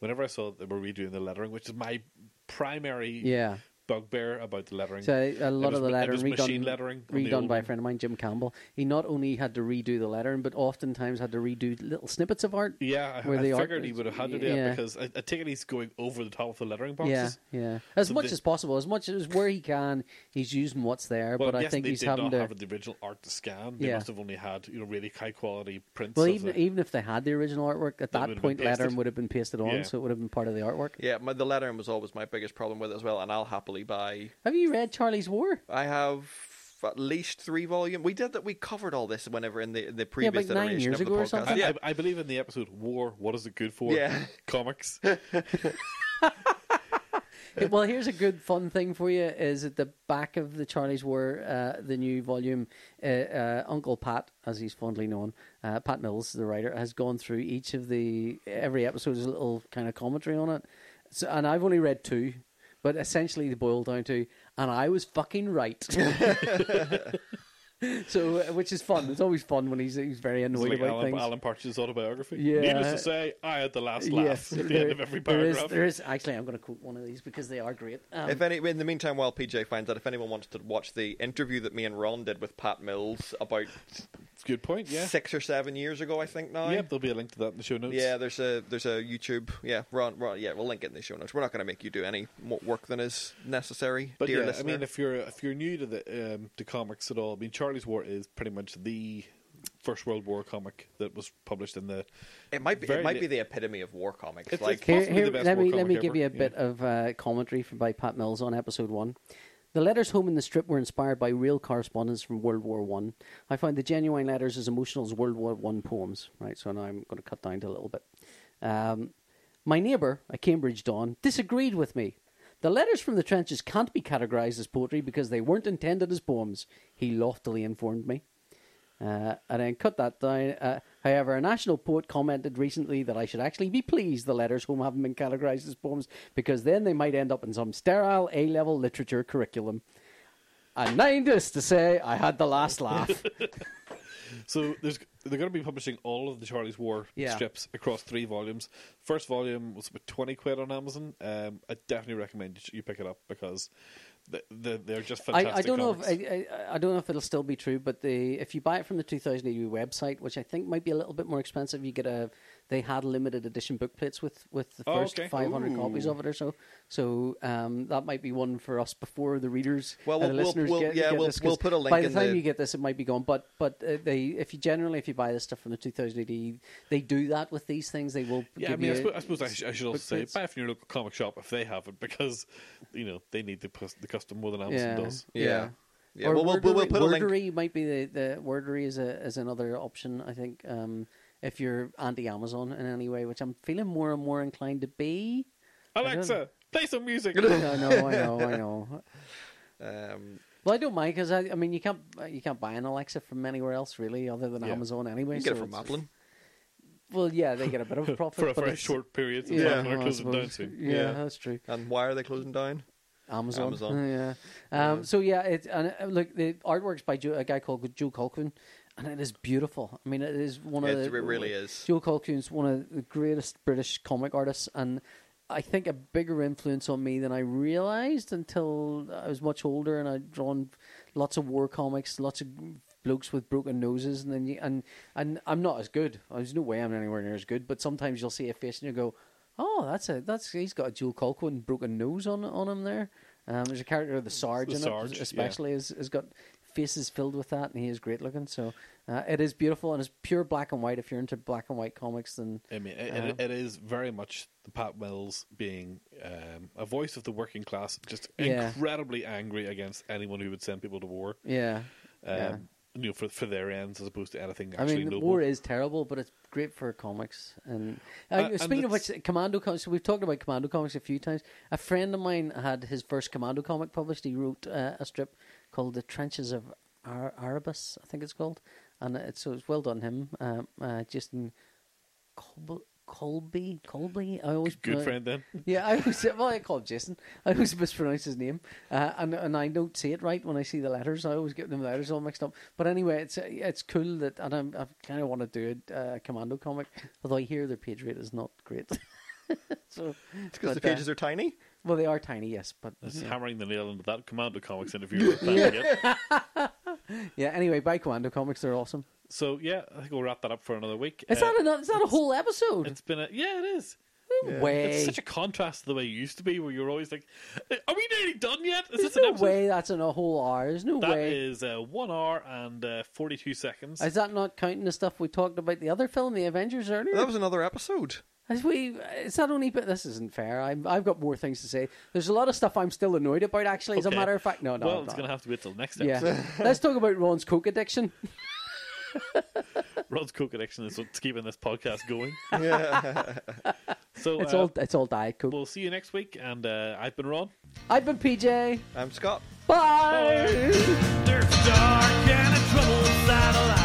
[SPEAKER 2] whenever I saw that they were redoing the lettering, which is my primary
[SPEAKER 1] Yeah.
[SPEAKER 2] bugbear about the lettering.
[SPEAKER 1] So a lot
[SPEAKER 2] was
[SPEAKER 1] of the
[SPEAKER 2] ma- it
[SPEAKER 1] lettering
[SPEAKER 2] was machine
[SPEAKER 1] redone,
[SPEAKER 2] lettering on the
[SPEAKER 1] redone
[SPEAKER 2] old
[SPEAKER 1] by a
[SPEAKER 2] one.
[SPEAKER 1] friend of mine, Jim Campbell. He not only had to redo the lettering, but oftentimes had to redo little snippets of art.
[SPEAKER 2] yeah, I,
[SPEAKER 1] where
[SPEAKER 2] I
[SPEAKER 1] the art
[SPEAKER 2] figured he
[SPEAKER 1] is-
[SPEAKER 2] would have had to do
[SPEAKER 1] yeah.
[SPEAKER 2] it because I, I take it he's going over the top of the lettering
[SPEAKER 1] Yeah,
[SPEAKER 2] boxes.
[SPEAKER 1] yeah. As
[SPEAKER 2] So
[SPEAKER 1] much
[SPEAKER 2] they-
[SPEAKER 1] as possible, as much as where he can, he's using what's there.
[SPEAKER 2] Well,
[SPEAKER 1] but
[SPEAKER 2] I'm
[SPEAKER 1] I
[SPEAKER 2] guessing
[SPEAKER 1] think
[SPEAKER 2] they
[SPEAKER 1] he's
[SPEAKER 2] did
[SPEAKER 1] having
[SPEAKER 2] not
[SPEAKER 1] to.
[SPEAKER 2] have the original art to scan. They
[SPEAKER 1] Yeah.
[SPEAKER 2] must have only had you know really high quality prints.
[SPEAKER 1] well,
[SPEAKER 2] of
[SPEAKER 1] even
[SPEAKER 2] the-
[SPEAKER 1] even if they had the original artwork, at that
[SPEAKER 2] would've been
[SPEAKER 1] point, lettering
[SPEAKER 2] pasted.
[SPEAKER 1] would have been pasted on,
[SPEAKER 2] Yeah.
[SPEAKER 1] so it would have been part of the artwork.
[SPEAKER 3] Yeah, my, the lettering was always my biggest problem with it as well, and I'll happily buy.
[SPEAKER 1] Have you read Charlie's War?
[SPEAKER 3] I have at least three volume. We did that. We covered all this whenever in the the previous
[SPEAKER 1] like nine
[SPEAKER 3] iteration
[SPEAKER 1] years
[SPEAKER 3] of the
[SPEAKER 1] ago or
[SPEAKER 3] podcast.
[SPEAKER 1] something.
[SPEAKER 2] I,
[SPEAKER 3] Yeah,
[SPEAKER 2] I, I believe in the episode War, What is it good for?
[SPEAKER 3] Yeah.
[SPEAKER 2] Comics.
[SPEAKER 1] Hey, well, here's a good fun thing for you: is at the back of the Charlie's War, uh, the new volume, uh, uh, Uncle Pat, as he's fondly known, uh, Pat Mills, the writer, has gone through each of the every episode is a little kind of commentary on it. So, and I've only read two, but essentially they boil down to, and I was fucking right. so, uh, which is fun. It's always fun when he's he's very
[SPEAKER 2] It's
[SPEAKER 1] annoyed
[SPEAKER 2] like
[SPEAKER 1] about
[SPEAKER 2] Alan,
[SPEAKER 1] things.
[SPEAKER 2] Alan Partridge's autobiography.
[SPEAKER 1] Yeah.
[SPEAKER 2] Needless to say, I had the last laugh at the
[SPEAKER 1] there-
[SPEAKER 2] end of every
[SPEAKER 1] there is-
[SPEAKER 2] paragraph.
[SPEAKER 1] there is actually. I'm going to quote one of these because they are great. Um,
[SPEAKER 3] If any, in the meantime, while PJ finds out, if anyone wants to watch the interview that me and Ron did with Pat Mills about
[SPEAKER 2] Good point, yeah.
[SPEAKER 3] six or seven years ago, I think now.
[SPEAKER 2] Yep, there'll be a link to that in the show notes.
[SPEAKER 3] Yeah, there's a there's a YouTube. Yeah, Ron, Ron. Yeah, we'll link it in the show notes. We're not going to make you do any more work than is necessary,
[SPEAKER 2] But
[SPEAKER 3] dear
[SPEAKER 2] yeah,
[SPEAKER 3] listener.
[SPEAKER 2] I mean, if you're if you're new to the um, to comics at all, I mean, Charlie's War is pretty much the First World War comic that was published in the.
[SPEAKER 3] it might be
[SPEAKER 2] very
[SPEAKER 3] it might
[SPEAKER 2] li-
[SPEAKER 3] be the epitome of war comics.
[SPEAKER 2] It's
[SPEAKER 3] like,
[SPEAKER 2] like- possibly the best
[SPEAKER 1] let
[SPEAKER 2] war
[SPEAKER 1] me let
[SPEAKER 2] comic
[SPEAKER 1] me give
[SPEAKER 2] ever,
[SPEAKER 1] you a
[SPEAKER 2] yeah.
[SPEAKER 1] bit of uh, commentary from by Pat Mills on episode one. The letters home in the strip were inspired by real correspondence from World War One. I. found the genuine letters as emotional as World War One poems. Right, so now I'm going to cut down to a little bit. Um, my neighbour, a Cambridge don, disagreed with me. The letters from the trenches can't be categorised as poetry because they weren't intended as poems. He loftily informed me. Uh, and then cut that down. Uh, however, a national poet commented recently that I should actually be pleased the letters home haven't been categorized as poems because then they might end up in some sterile A level literature curriculum. And nine is to say I had the last laugh.
[SPEAKER 2] So there's they're going to be publishing all of the Charlie's War
[SPEAKER 1] Yeah.
[SPEAKER 2] strips across three volumes. First volume was about twenty quid on Amazon. Um, I definitely recommend you sh- you pick it up because the, the, they're just
[SPEAKER 1] I,
[SPEAKER 2] fantastic.
[SPEAKER 1] I don't
[SPEAKER 2] comics.
[SPEAKER 1] know if I, I, I don't know if it'll still be true, but the if you buy it from the 2008 website, which I think might be a little bit more expensive, you get a they had limited edition book plates with with the
[SPEAKER 2] Oh,
[SPEAKER 1] first
[SPEAKER 2] okay.
[SPEAKER 1] 500 copies
[SPEAKER 2] Ooh.
[SPEAKER 1] of it or so. So um, that might be one for us before the readers
[SPEAKER 3] Well,
[SPEAKER 1] and the
[SPEAKER 3] we'll- we'll-
[SPEAKER 1] listeners
[SPEAKER 3] we'll-
[SPEAKER 1] get,
[SPEAKER 3] yeah,
[SPEAKER 1] get
[SPEAKER 3] we'll-
[SPEAKER 1] this, 'cause
[SPEAKER 3] we'll put a link
[SPEAKER 1] By the
[SPEAKER 3] in
[SPEAKER 1] time
[SPEAKER 3] the-
[SPEAKER 1] you get this, it might be gone. But but uh, they if you generally if you buy this stuff from the 2008, they do that with these things. They will
[SPEAKER 2] Yeah, I
[SPEAKER 1] give
[SPEAKER 2] mean, I
[SPEAKER 1] you
[SPEAKER 2] suppose, I, suppose I, sh- I should also
[SPEAKER 1] book
[SPEAKER 2] say
[SPEAKER 1] plates.
[SPEAKER 2] buy it from your local comic shop if they have it because you know they need the, pus- the custom more than Amazon does.
[SPEAKER 3] Yeah. Yeah,
[SPEAKER 1] Or
[SPEAKER 3] well, we'll- we'll- we'll
[SPEAKER 1] Wordery-
[SPEAKER 3] put a link-
[SPEAKER 1] Wordery might be the, the wordery is a is another option. I think um, if you're anti Amazon in any way, which I'm feeling more and more inclined to be.
[SPEAKER 2] Alexa, play some music.
[SPEAKER 1] I know, I know, I know.
[SPEAKER 3] um,
[SPEAKER 1] Well, I don't mind because I, I mean, you can't you can't buy an Alexa from anywhere else really, other than
[SPEAKER 2] Yeah.
[SPEAKER 1] Amazon anyway.
[SPEAKER 3] you get it
[SPEAKER 1] so
[SPEAKER 3] from
[SPEAKER 1] it's-
[SPEAKER 3] Maplin.
[SPEAKER 1] Well, yeah, they get a bit of a profit
[SPEAKER 2] for a
[SPEAKER 1] but
[SPEAKER 2] very
[SPEAKER 1] it's-
[SPEAKER 2] short period.
[SPEAKER 1] Yeah,
[SPEAKER 2] Yeah,
[SPEAKER 1] well, I
[SPEAKER 2] closing down
[SPEAKER 1] suppose.
[SPEAKER 2] soon.
[SPEAKER 1] Yeah,
[SPEAKER 3] Yeah.
[SPEAKER 1] that's true.
[SPEAKER 3] And why are they closing down?
[SPEAKER 1] Amazon.
[SPEAKER 3] Amazon.
[SPEAKER 1] yeah. Um, So yeah, it and uh, look the artwork's by Joe, a guy called Joe Colquhoun, and it is beautiful. I mean, it is one of
[SPEAKER 3] It,
[SPEAKER 1] the,
[SPEAKER 3] it really is.
[SPEAKER 1] Joe Colquhoun's one of the greatest British comic artists, and I think a bigger influence on me than I realized until I was much older and I'd drawn lots of war comics, lots of blokes with broken noses, and then you, and and I'm not as good. There's no way I'm anywhere near as good. But sometimes you'll see a face and you go, "Oh, that's a that's he's got a Joe Colquhoun broken nose on on him there." Um, there's a character the Sarge,
[SPEAKER 2] The
[SPEAKER 1] in
[SPEAKER 2] Sarge,
[SPEAKER 1] it,
[SPEAKER 2] yeah.
[SPEAKER 1] especially has, has got faces filled with that, and he is great looking. So uh, it is beautiful, and it's pure black and white. If you're into black and white comics, then
[SPEAKER 2] I mean, it,
[SPEAKER 1] Uh-huh.
[SPEAKER 2] it, it is very much the Pat Mills being um, a voice of the working class, just
[SPEAKER 1] Yeah.
[SPEAKER 2] incredibly angry against anyone who would send people to war.
[SPEAKER 1] yeah,
[SPEAKER 2] Um,
[SPEAKER 1] yeah.
[SPEAKER 2] You know, for for their ends as opposed to anything
[SPEAKER 1] I
[SPEAKER 2] actually
[SPEAKER 1] mean, the
[SPEAKER 2] noble.
[SPEAKER 1] war is terrible, but it's great for comics. And uh,
[SPEAKER 2] Uh, and
[SPEAKER 1] speaking of
[SPEAKER 2] it's-
[SPEAKER 1] which, Commando comics. So we've talked about Commando comics a few times. A friend of mine had his first Commando comic published. He wrote uh, a strip called The Trenches of Ar- Arabus, I think it's called. And it's, so it's well done him, um, uh, Justin Colb- Colby. Colby, I always pronounce-
[SPEAKER 2] Good friend then.
[SPEAKER 1] Yeah, I always well, I call him Jason. I always mispronounce his name, uh, and and I don't say it right when I see the letters. I always get them letters all mixed up. But anyway, it's uh, it's cool that, and I'm, I kind of want to do a uh, Commando comic, although I hear their page rate is not great. so
[SPEAKER 3] Because the
[SPEAKER 1] but, uh,
[SPEAKER 3] pages are tiny.
[SPEAKER 1] well, they are tiny, yes, but
[SPEAKER 2] That's
[SPEAKER 1] yeah.
[SPEAKER 2] hammering the nail into that Commando Comics interview. with Pat Elliott.
[SPEAKER 1] Yeah, Anyway, by Commando comics, they're awesome.
[SPEAKER 2] So yeah, I think we'll wrap that up for another week.
[SPEAKER 1] Is
[SPEAKER 2] Uh,
[SPEAKER 1] that a is that a whole episode?
[SPEAKER 2] It's been a yeah, it is.
[SPEAKER 1] no
[SPEAKER 2] It's
[SPEAKER 1] way.
[SPEAKER 2] such a contrast to the way it used to be, where you're always like, "Are we nearly done yet? Is
[SPEAKER 1] There's
[SPEAKER 2] this an
[SPEAKER 1] no
[SPEAKER 2] episode?"
[SPEAKER 1] way that's in a whole hour. There's no
[SPEAKER 2] That
[SPEAKER 1] way.
[SPEAKER 2] is uh, one hour and uh, forty-two seconds.
[SPEAKER 1] Is that not counting the stuff we talked about the other film, The Avengers, earlier?
[SPEAKER 3] That was another episode.
[SPEAKER 1] As we, it's not only, but this isn't fair. I'm, I've got more things to say. There's a lot of stuff I'm still annoyed about. Actually, as a
[SPEAKER 2] Okay.
[SPEAKER 1] matter of fact, no, no,
[SPEAKER 2] well,
[SPEAKER 1] I'm
[SPEAKER 2] it's
[SPEAKER 1] not.
[SPEAKER 2] going to have to wait till next episode.
[SPEAKER 1] yeah. Let's talk about Ron's coke addiction.
[SPEAKER 2] Rod's coke addiction is what's keeping this podcast going.
[SPEAKER 3] Yeah.
[SPEAKER 2] So
[SPEAKER 1] It's
[SPEAKER 2] uh,
[SPEAKER 1] all, it's all diet coke.
[SPEAKER 2] we'll see you next week, and uh, I've been Ron.
[SPEAKER 1] I've been PJ.
[SPEAKER 3] I'm Scott.
[SPEAKER 1] Bye.
[SPEAKER 4] There's a dark and a troubled side of life.